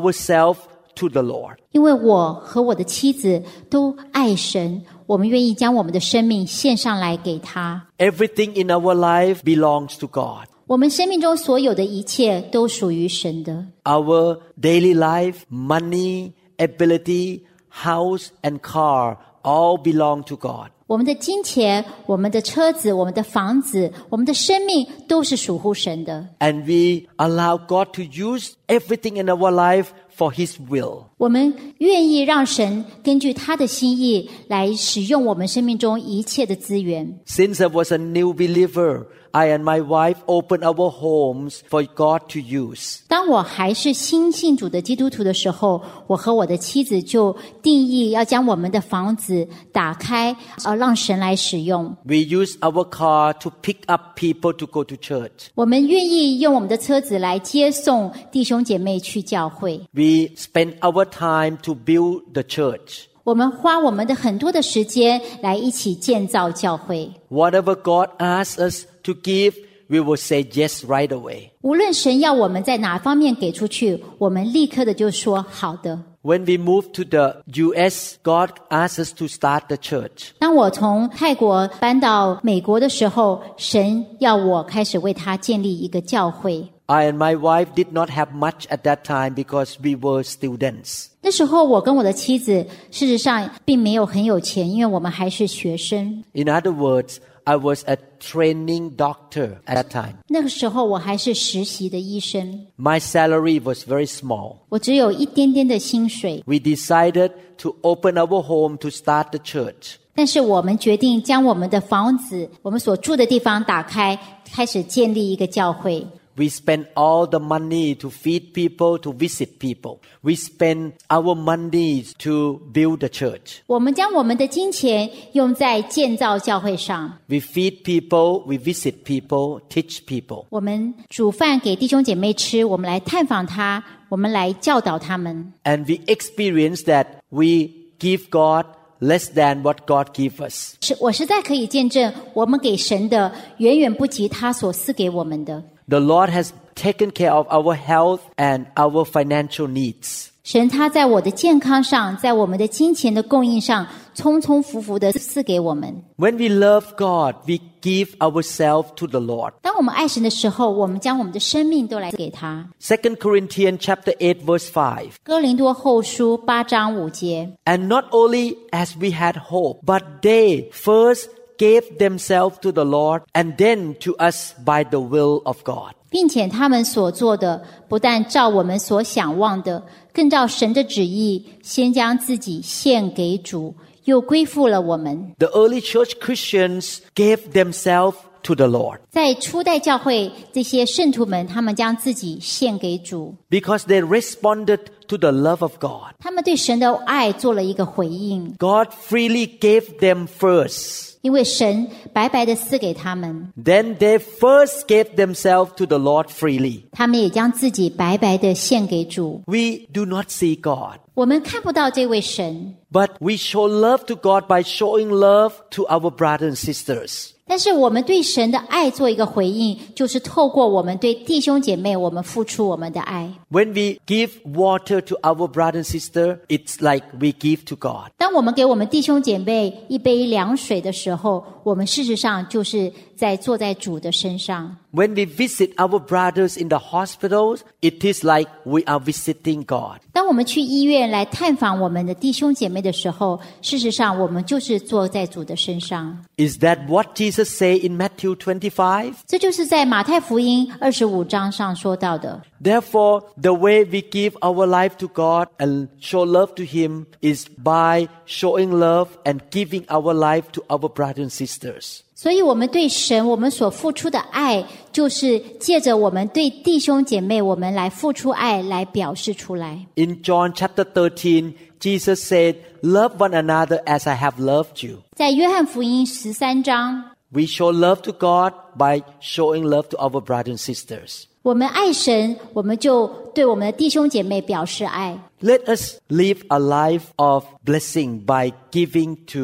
ourselves to the Lord. 因为我和我的妻子都爱神，我们愿意将我们的生命献上来给他。 Everything in our life belongs to God. 我们生命中所有的一切都属于神的。 Our daily life, money, ability, house, and car all belong to God. 我们的金钱、我们的车子、我们的房子、我们的生命都是属乎神的。 And we allow God to use everything in our life for His will. 我们愿意让神根据他的心意来使用我们生命中一切的资源。 Since I was a new believer, I and my wife opened our homes for God to use. 当我还是新信主的基督徒的时候，我和我的妻子就定义要将我们的房子打开，呃，让神来使用。 We use our car to pick up people to go to church. 我们愿意用我们的车子来接送弟兄姐妹去教会。 We spend our time to build the church. 我们花我们的很多的时间来一起建造教会。 Whatever God asks us to give, we will say yes right away. 无论神要我们在哪方面给出去，我们立刻的就说好的。 When we moved to the US, God asked us to start the church. 当我从泰国搬到美国的时候，神要我开始为他建立一个教会。 I and my wife did not have much at that time because we were students. 那时候，我跟我的妻子事实上并没有很有钱，因为我们还是学生。 In other words, I was a training doctor at that time. 那个时候，我还是实习的医生， My salary was very small. 我只有一点点的薪水。 We decided to open our home to start the church. 但是我们决定将我们的房子、我们所住的地方打开，开始建立一个教会。 We spent all the money to feed people, to visit people. We spent our money to build the church. 我们将我们的金钱用在建造教会上， We feed people, we visit people, teach people. 我们煮饭给弟兄姐妹吃，我们来探访他，我们来教导他们。 And we experience that we give God less than what God gives us. 是我实在可以见证，我们给神的远远不及他所赐给我们的。 The Lord has taken care of our health and our financial needs. 神他在我的健康上，在我们的金钱的供应上，匆匆浮浮的赐给我们。 When we love God, we give ourselves to the Lord. 当我们爱神的时候，我们将我们的生命都来给他。 Second Corinthians chapter 8 verse 5. 哥林多后书八章五节， And not only as we had hope, but they first gave themselves to the Lord and then to us by the will of God. 并且他们所做的不但照我们所想望的，更照神的旨意，先将自己献给主，又归附了我们。 The early church Christians gave themselves to the Lord 在初代教会，这些圣徒们，他们将自己献给主， because they responded to the love of God. 他们对神的爱做了一个回应， God freely gave them first. 因为神白白的赐给他们， Then they first gave themselves to the Lord freely. 他们也将自己白白的献给主。 We do not see God, 我们看不到这位神， but we show love to God by showing love to our brothers and sisters. 但是我们对神的爱做一个回应，就是透过我们对弟兄姐妹，我们付出我们的爱。 When we give water to our brother and sister, it's like we give to God. 当我们给我们弟兄姐妹一杯凉水的时候，我们事实上就是在坐在主的身上。 When we visit our brothers in the hospitals, it is like we are visiting God. 当我们去医院来探访我们的弟兄姐妹的时候，事实上我们就是坐在主的身上。 Is that what Jesus say in Matthew 25? 这就是在马太福音二十五章上说到的。 Therefore, the way we give our life to God and show love to Him is by showing love and giving our life to our brothers and sisters. 所以，我们对神，我们所付出的爱，就是借着我们对弟兄姐妹，我们来付出爱，来表示出来。 In John chapter 13, Jesus said, Love one another as I have loved you. 在约翰福音十三章， We show love to God by showing love to our brothers and sisters. 我们爱神，我们就对我们的弟兄姐妹表示爱。 Let us live a life of blessing by giving to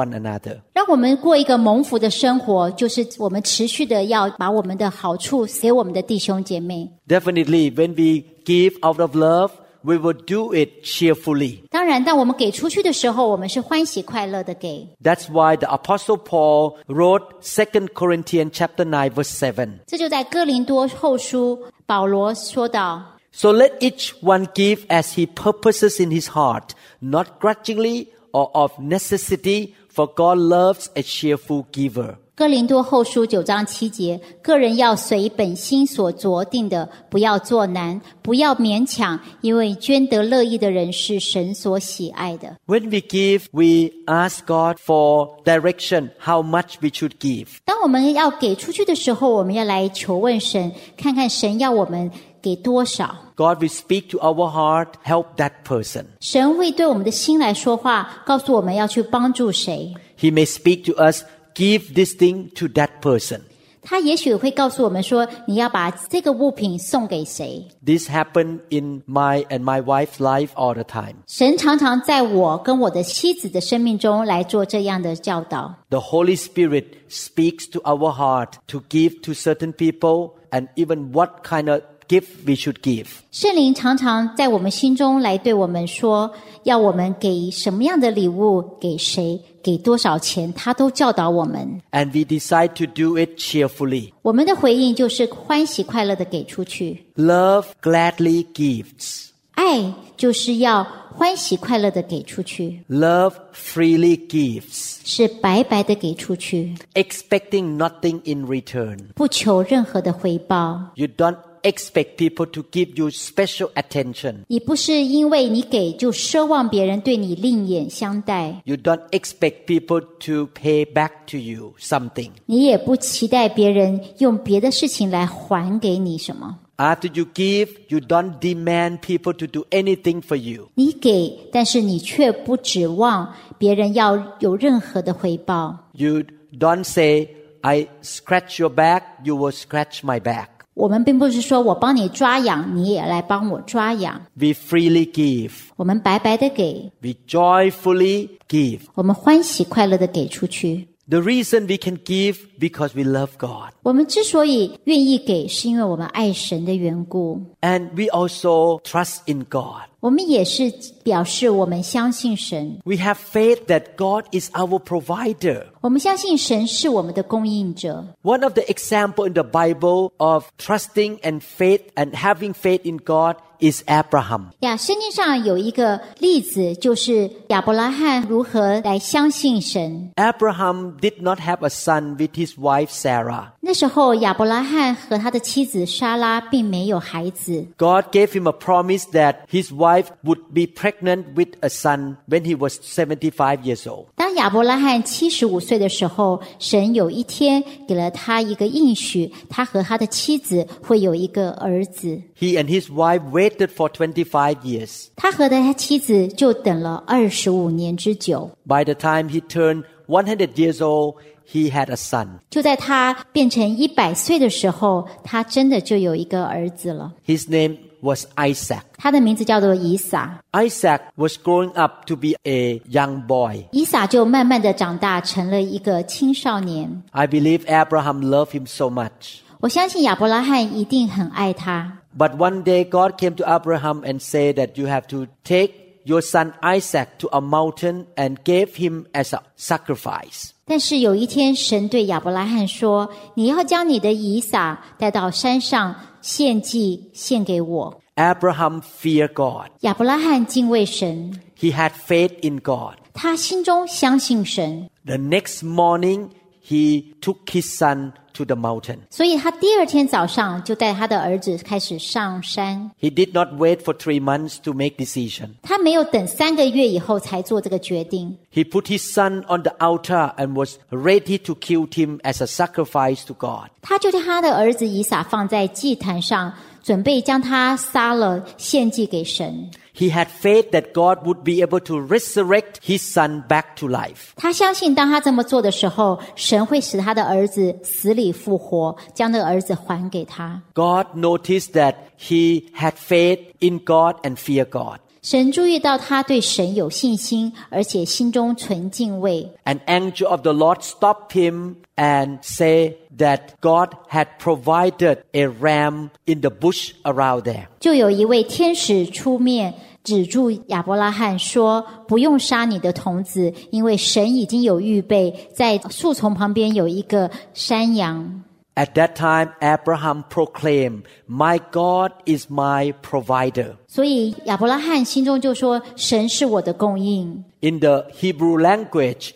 one another. 让我们过一个蒙福的生活，就是我们持续的要把我们的好处给我们的弟兄姐妹。 Definitely, when we give out of love, we will do it cheerfully. 当然，当我们给出去的时候，我们是欢喜快乐的给。 That's why the apostle Paul wrote 2 Corinthians chapter 9 verse 7. 这就在哥林多后书，保罗说道： So let each one give as he purposes in his heart, not grudgingly or of necessity, for God loves a cheerful giver. 哥林多后书九章七节，个人要随本心所酌定的，不要做难，不要勉强，因为捐得乐意的人是神所喜爱的。 When we give, we ask God for direction, how much we should give. 当我们要给出去的时候，我们要来求问神，看看神要我们给多少。 God will speak to our heart, help that person. 神会对我们的心来说话，告诉我们要去帮助谁。 He may speak to us, give this thing to that person. 他也许会告诉我们说，你要把这个物品送给谁。 This happened in my and my wife's life all the time. 神常常在我跟我的妻子的生命中来做这样的教导。 The Holy Spirit speaks to our heart to give to certain people and even what kind of gift we should give. 圣灵常常在我们心中来对我们说，要我们给什么样的礼物，给谁，给多少钱，他都教导我们。 And we decide to do it cheerfully. 我们的回应就是欢喜快乐的给出去， Love gladly gives. 爱就是要欢喜快乐的给出去， Love freely gives, 是白白的给出去， expecting nothing in return. 不求任何的回报。 You don't expect people to give you special attention. 你不是因为你给就奢望别人对你另眼相待， You don't expect people to pay back to you something. 你也不期待别人用别的事情来还给你什么。 After you give, you don't demand people to do anything for you. 你给，但是你却不指望别人要有任何的回报。 You don't say, I scratch your back, you will scratch my back. 我们并不是说我帮你抓痒，你也来帮我抓痒。 We freely give. 我们白白的给， We joyfully give. 我们欢喜快乐的给出去。 The reason we can give because we love God. 我们之所以愿意给，是因为我们爱神的缘故。 And we also trust in God. 我们也是表示我们相信神， We have faith that God is our provider. 我们相信神是我们的供应者。 One of the example in the Bible of trusting and faith and having faith in God is Abraham. 呀，圣经上有一个例子，就是亚伯拉罕如何来相信神。 Abraham did not have a son with his wife Sarah. 那时候，亚伯拉罕和他的妻子莎拉并没有孩子。 God gave him a promise that his wife would be pregnant with a son when he was 75 years old. 当亚伯拉罕七十五岁的时候，神有一天给了他一个应许，他和他的妻子会有一个儿子。 He and his wife waited for 25 years. 他和他妻子就等了二十五年之久。 By the time he turned 100 years old, he had a son. 就在他变成一百岁的时候，他真的就有一个儿子了。 His name was Isaac. 他的名字叫做以撒。 Isaac was growing up to be a young boy. 以撒就慢慢的长大，成了一个青少年。 I believe Abraham loved him so much. 我相信亚伯拉罕一定很爱他。 But one day God came to Abraham and said that you have to take your son Isaac to a mountain and gave him as a sacrifice. 但是有一天，神对亚伯拉罕说：“你要将你的以撒带到山上献祭，献给我。 Abraham feared God. ”亚伯拉罕敬畏神， He had faith in God. 他心中相信神， The next morning he took his son to the mountain. 所以他第二天早上就带他的儿子开始上山。 He did not wait for 3 months to make decision. 他没有等三个月以后才做这个决定， He put his son on the altar and was ready to kill him as a sacrifice to God. 他就将他的儿子以撒放在祭坛上，准备将他杀了献祭给神。 He had faith that God would be able to resurrect his son back to life. 他相信，当他这么做的时候，神会使他的儿子死里复活，将那个儿子还给他。 God noticed that he had faith in God and fear God. 神注意到他对神有信心，而且心中存敬畏。 An angel of the Lord stopped him and said that God had provided a ram in the bush around there. 就有一位天使出面止住亚伯拉罕说：“不用杀你的童子，因为神已经有预备，在树丛旁边有一个山羊。” At that time, Abraham proclaimed, My God is my provider. 所以亚伯拉罕心中就说：“神是我的供应。” In the Hebrew language,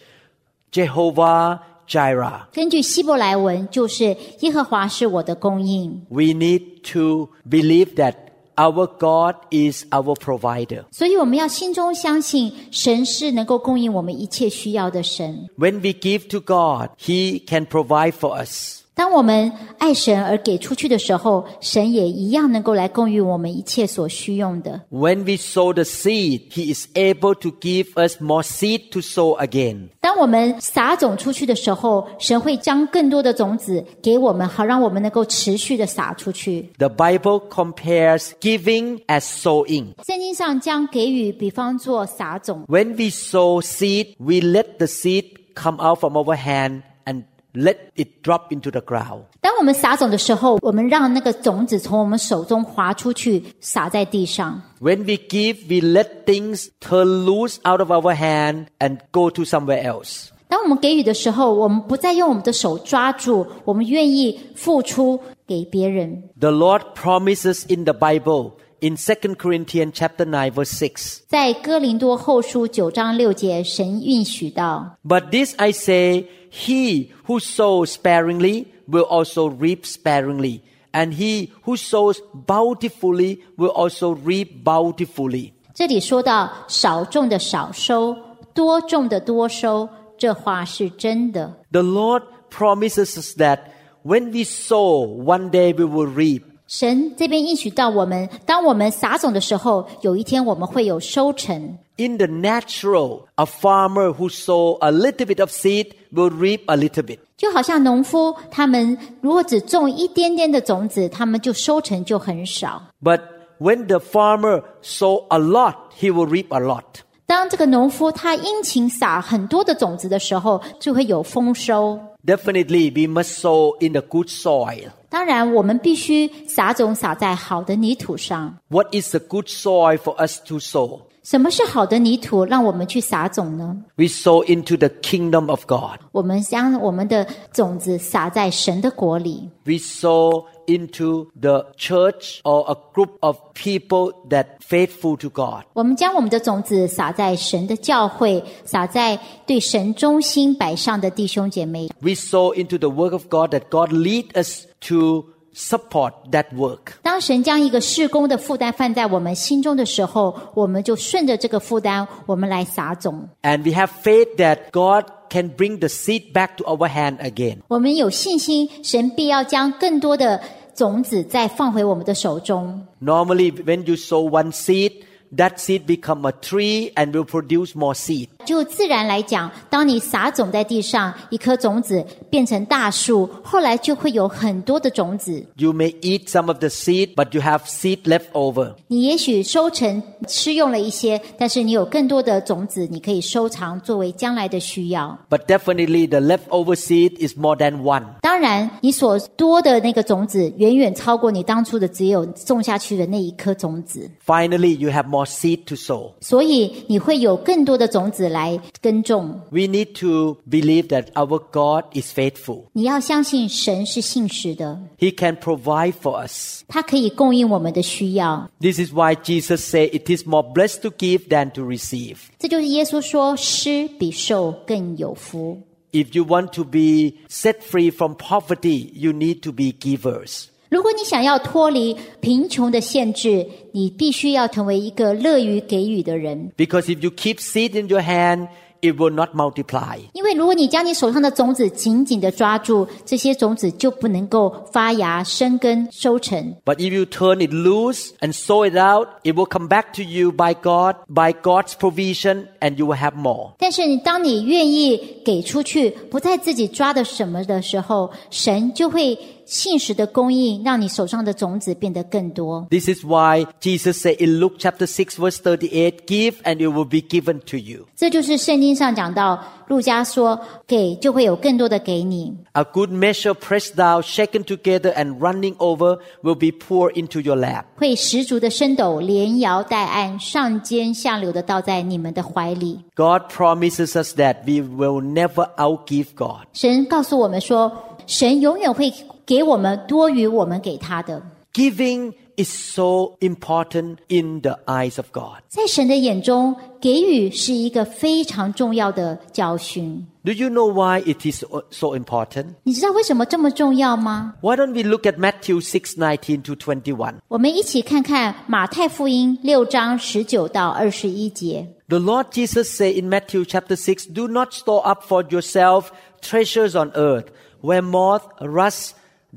Jehovah Jireh. 根据希伯来文，就是耶和华是我的供应， We need to believe that our God is our provider. 所以我们要心中相信神是能够供应我们一切需要的神。 When we give to God, He can provide for us. 当我们爱神而给出去的时候，神也一样能够来供应我们一切所需用的。 When we sow the seed, He is able to give us more seed to sow again. 当我们撒种出去的时候，神会将更多的种子给我们，好让我们能够持续的撒出去。 The Bible compares giving as sowing. 圣经上将给予，比方做撒种。 When we sow seed, we let the seed come out from our hand and let it drop into the ground. 当我们撒种的时候，我们让那个种子从我们手中滑出去，撒在地上。 When we give, we let things turn loose out of our hand and go to somewhere else. 当我们给予的时候，我们不再用我们的手抓住，我们愿意付出给别人。 The Lord promises in the Bible in 2 Corinthians chapter 9 verse 6. 在哥林多后书九章六节，神允许到： But this I say, he who sows sparingly will also reap sparingly, and he who sows bountifully will also reap bountifully. 这里说到少种的少收，多种的多收，这话是真的。 The Lord promises us that when we sow, one day we will reap. 神这边应许到我们，当我们撒种的时候，有一天我们会有收成。 In the natural, a farmer who sow a little bit of seed will reap a little bit. 就好像农夫他们如果只种一点点的种子，他们就收成就很少。 But when the farmer sow a lot, he will reap a lot. 当这个农夫他殷勤撒很多的种子的时候，就会有丰收。 Definitely, we must sow in the good soil. 当然，我们必须撒种撒在好的泥土上。 What is the good soil for us to sow? 什么是好的泥土，让我们去撒种呢？ We sow into the kingdom of God. 我们将我们的种子撒在神的国里， We sow into the church or a group of people that faithful to God. 我们将我们的种子撒在神的教会，撒在对神忠心摆上的弟兄姐妹。 We sow into the work of God that God lead us to support that work. 当神将一个事工的负担放在我们心中的时候，我们就顺着这个负担，我们来撒种。 And we have faith that God can bring the seed back to our hand again. 我们有信心，神必要将更多的种子再放回我们的手中。 Normally, when you sow one seed, that seed become a tree and will produce more seed. 就自然来讲，当你撒种在地上，一颗种子变成大树，后来就会有很多的种子。 You may eat some of the seed, but you have seed left over. 你也许收成吃用了一些，但是你有更多的种子，你可以收藏作为将来的需要。 But definitely, the leftover seed is more than one. 当然，你所多的那个种子，远远超过你当初的只有种下去的那一颗种子， Finally, you have more seed to sow. 所以你会有更多的种子来耕种。 We need to believe that our God is faithful. 你要相信神是信实的， He can provide for us. 他可以供应我们的需要。 This is why Jesus said it is more blessed to give than to receive. 这就是耶稣说：“施比受更有福。 If you want to be set free from poverty, you need to be givers. ”如果你想要脱离贫穷的限制，你必须要成为一个乐于给予的人。 Because if you keep seed in your hand, it will not multiply. 因为如果你将你手上的种子紧紧地抓住，这些种子就不能够发芽、生根、收成。 But if you turn it loose and sow it out, it will come back to you by God, by God's provision, and you will have more. 但是你当你愿意给出去，不再自己抓的什么的时候，神就会信实的供应，让你手上的种子变得更多。 This is why Jesus said in Luke chapter 6 verse 38, give and it will be given to you. 这就是圣经上讲到，路加说：“给就会有更多的给你。 A good measure pressed down, shaken together, and running over will be poured into your lap. ”会十足的升斗，连摇带按，上尖下流的倒在你们的怀里。 God promises us that we will never outgive God. 神告诉我们说，神永远会给我们多于我们给他的。 Giving is so important in the eyes of God. 在神的眼中，给予是一个非常重要的教训。 Do you know why it is so- so important? 你知道为什么这么重要吗？ Why don't we look at Matthew 6 19 to 21? 我们一起看看马太福音六章十九到二十一节。 The Lord Jesus said in Matthew chapter 6, Do not store up for yourself treasures on earth, where moth rust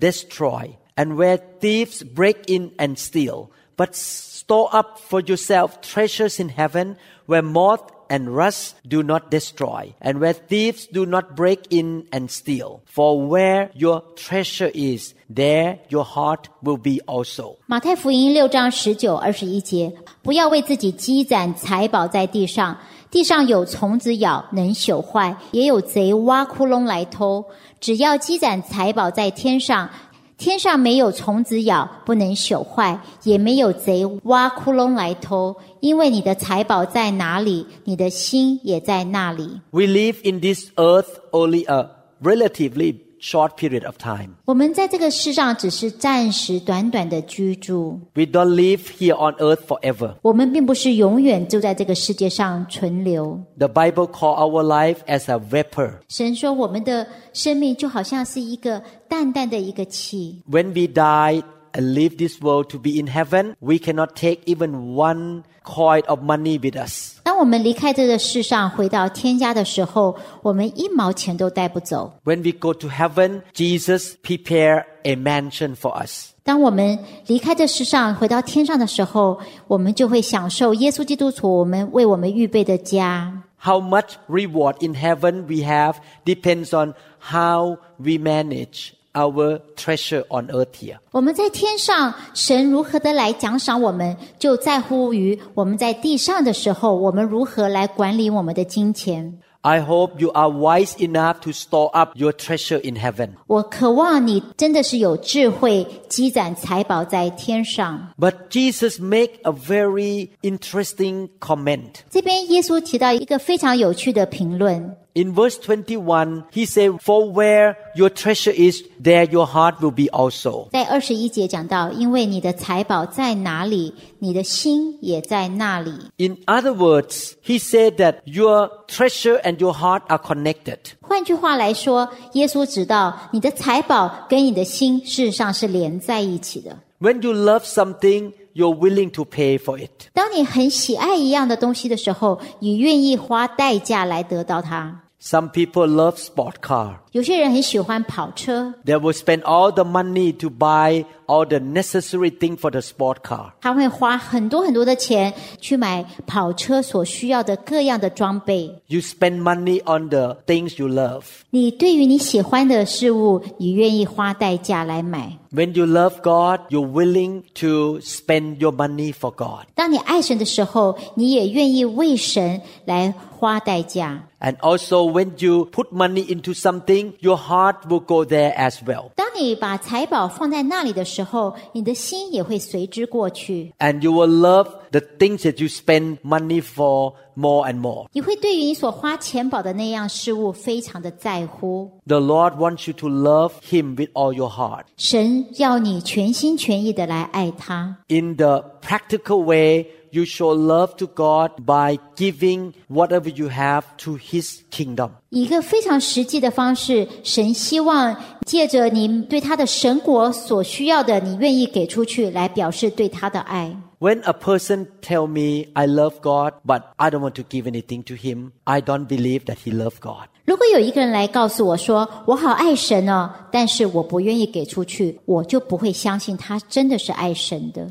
destroy, and where thieves break in and steal. But store up for yourself treasures in heaven, where moth and rust do not destroy, and where thieves do not break in and steal. For where your treasure is, there your heart will be also. 马太福音六章十九、二十一节：不要为自己积攒财宝在地上，地上有虫子咬，能朽坏；也有贼挖窟窿来偷。只要积攒财宝在天上，天上没有虫子咬，不能朽坏；也没有贼挖窟窿来偷。因为你的财宝在哪里，你的心也在那里。 We live in this earth only a relatively short period of time. 我们在这个世上只是暂时、短短的居住， We don't live here on earth forever. 我们并不是永远就在这个世界上存留。 The Bible call our life as a vapor. 神说，我们的生命就好像是一个淡淡的一个气。 When we die and leave this world to be in heaven, we cannot take even one coin of money with us. 当我们离开这个世上，回到天家的时候，我们一毛钱都带不走。 When we go to heaven, Jesus prepare a mansion for us. 当我们离开这世上，回到天上的时候，我们就会享受耶稣基督徒我们为我们预备的家。 How much reward in heaven we have depends on how we manage our treasure on earth here. 我们在天上，神如何的来奖赏我们，就在乎于我们在地上的时候，我们如何来管理我们的金钱。 I hope you are wise enough to store up your treasure in heaven. 我渴望你真的是有智慧，积攒财宝在天上。 But Jesus make a very interesting comment. 这边耶稣提到一个非常有趣的评论， In verse 21, he said, For where your treasure is, there your heart will be also. 在二十一节讲到，因为你的财宝在哪里，你的心也在那里。 In other words, he said that your treasure and your heart are connected. 换句话来说，耶稣知道你的财宝跟你的心事实上是连在一起的。 When you love something, you're willing to pay for it. 当你很喜爱一样的东西的时候，你愿意花代价来得到它。 Some people love sport car. 有些人很喜欢跑车， They will spend all the money to buy all the necessary thing for the sport car. 他会花很多很多的钱去买跑车所需要的各样的装备。 You spend money on the things you love. 你对于你喜欢的事物，你愿意花代价来买。 When you love God, you're willing to spend your money for God. 当你爱神的时候，你也愿意为神来花代价。 And also, when you put money into something, your heart will go there as well. 当你把财宝放在那里的时候，你的心也会随之过去。 And you will love the things that you spend money for more and more. 你会对于你所花钱宝的那样事物非常的在乎。 The Lord wants you to love Him with all your heart. 神要你全心全意的来爱他。 In the practical way, you show love to God by giving whatever you have to His kingdom. 以一个非常实际的方式，神希望借着你对他的神国所需要的，你愿意给出去，来表示对他的爱。 When a person tell me I love God but I don't want to give anything to him, I don't believe that he love God. 如果有一个人来告诉我说我好爱神哦，但是我不愿意给出去，我就不会相信他真的是爱神的。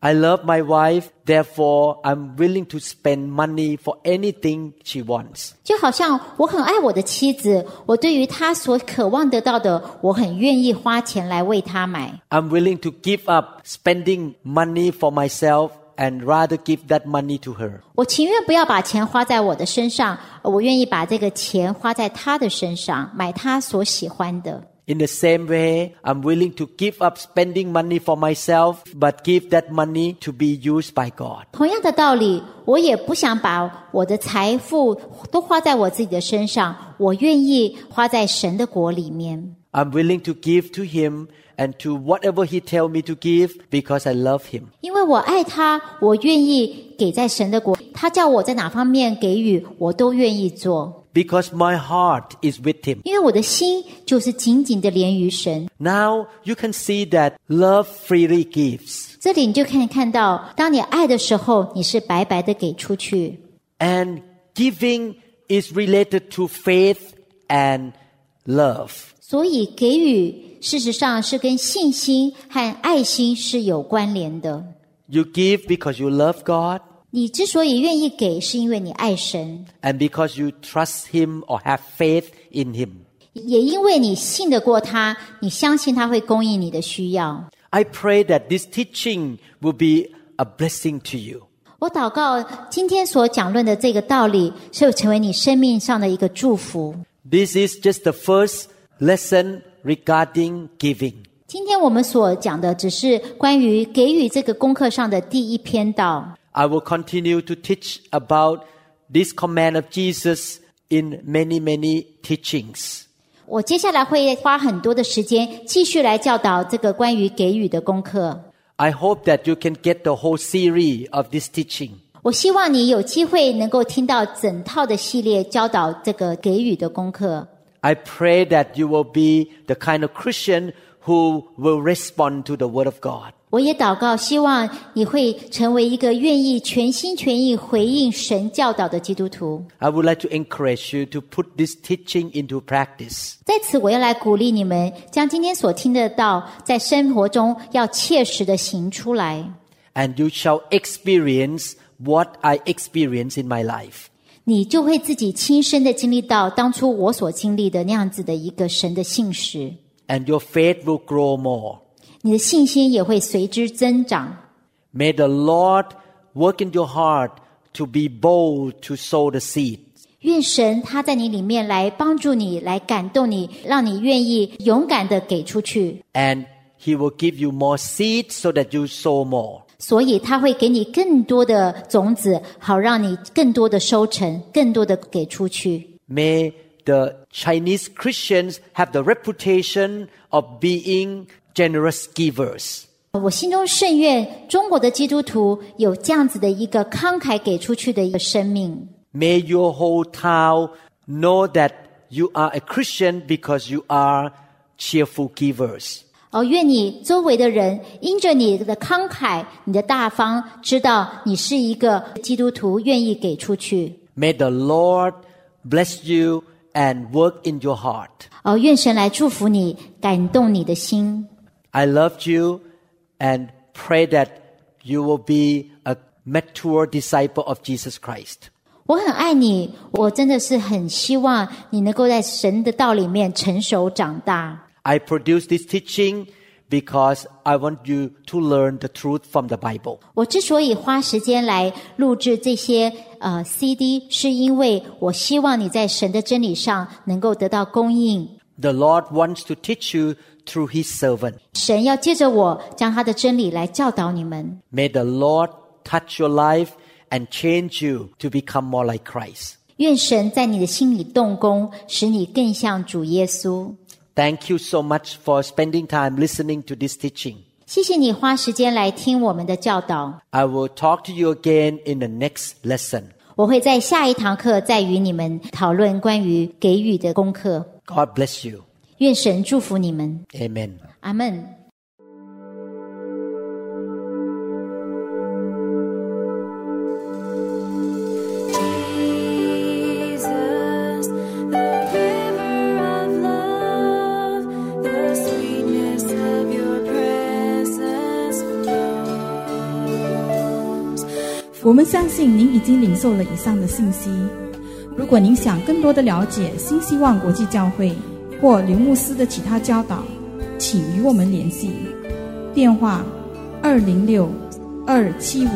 I love my wife, therefore I'm willing to spend money for anything she wants. 就好像我很爱我的妻子，我对于她所渴望得到的，我很愿意花钱来为她买。 I'm willing to give up spending money for myself and rather give that money to her. 我情愿不要把钱花在我的身上，呃我愿意把这个钱花在她的身上，买她所喜欢的。 In the same way, I'm willing to give up spending money for myself but give that money to be used by God. 同样的道理，我也不想把我的财富都花在我自己的身上，我愿意花在神的国里面。 I'm willing to give to him and to whatever he tell me to give because I love him. 因为我爱他，我愿意给在神的国。他叫我在哪方面给予，我都愿意做， Because my heart is with him. 因为我的心就是紧紧的连于神。 Now you can see that love freely gives 这里你就可以看到，当你爱的时候，你是白白的给出去。 and giving is related to faith and love. 所以给予事实上是跟信心和爱心是有关联的。 You give because you love God 你之所以愿意给，是因为你爱神， and because you trust him or have faith in him. 也因为你信得过他，你相信他会供应你的需要。 I pray that this teaching will be a blessing to you. 我祷告，今天所讲论的这个道理，是成为你生命上的一个祝福。 This is just the first lesson regarding giving. 今天我们所讲的，只是关于给予这个功课上的第一篇道。 I will continue to teach about this command of Jesus in many, many teachings. 我接下来会花很多的时间，继续来教导这个关于给予的功课。 I hope that you can get the whole series of this teaching. 我希望你有机会能够听到整套的系列教导这个给予的功课。 I pray that you will be the kind of Christian who will respond to the Word of God. 我也祷告，希望你会成为一个愿意全心全意回应神教导的基督徒。 I would like to encourage you to put this teaching into practice. 在此，我要来鼓励你们，将今天所听得到，在生活中要切实的行出来。 and you shall experience what I experience in my life. 你就会自己亲身的经历到当初我所经历的那样子的一个神的信实， And your faith will grow more. 你的信心也会随之增长。 May the Lord work in your heart to be bold to sow the seed. 愿神他在你里面来帮助你，来感动你，让你愿意勇敢的给出去。 And He will give you more seed so that you sow more. 所以他会给你更多的种子，好让你更多的收成，更多的给出去。 May the Chinese Christians have the reputation of being generous givers. 我心中甚愿中国的基督徒有这样子的一个慷慨给出去的一个生命。 May your whole town know that you are a Christian because you are cheerful givers. 哦，愿你周围的人因着你的慷慨、你的大方，知道你是一个基督徒，愿意给出去。 May the Lord bless you and work in your heart. 哦，愿神来祝福你，感动你的心。 I love you and pray that you will be a mature disciple of Jesus Christ. 我很爱你，我真的是很希望你能够在神的道里面成熟长大。 I produce this teaching because I want you to learn the truth from the Bible. 我之所以花时间来录制这些呃 CD，是因为我希望你在神的真理上能够得到供应。 The Lord wants to teach you through His servant. 神要借着我将他的真理来教导你们。 May the Lord touch your life and change you to become more like Christ. 愿神在你的心里动工，使你更像主耶稣。 Thank you so much for spending time listening to this teaching. 谢谢你花时间来听我们的教导， I will talk to you again in the next lesson. 我会在下一堂课再与你们讨论关于给予的功课。 God bless you. 愿神祝福你们， Amen. 阿门。 Jesus, the giver of love, the sweetness of your presence flows. 我们相信您已经领受了以上的信息。如果您想更多的了解新希望国际教会或刘牧师的其他教导，请与我们联系，电话二零六二七五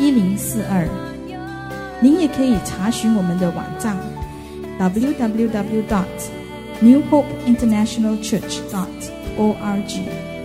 一零四二。您也可以查询我们的网站 www.dot newhopeinternationalchurch.dot org。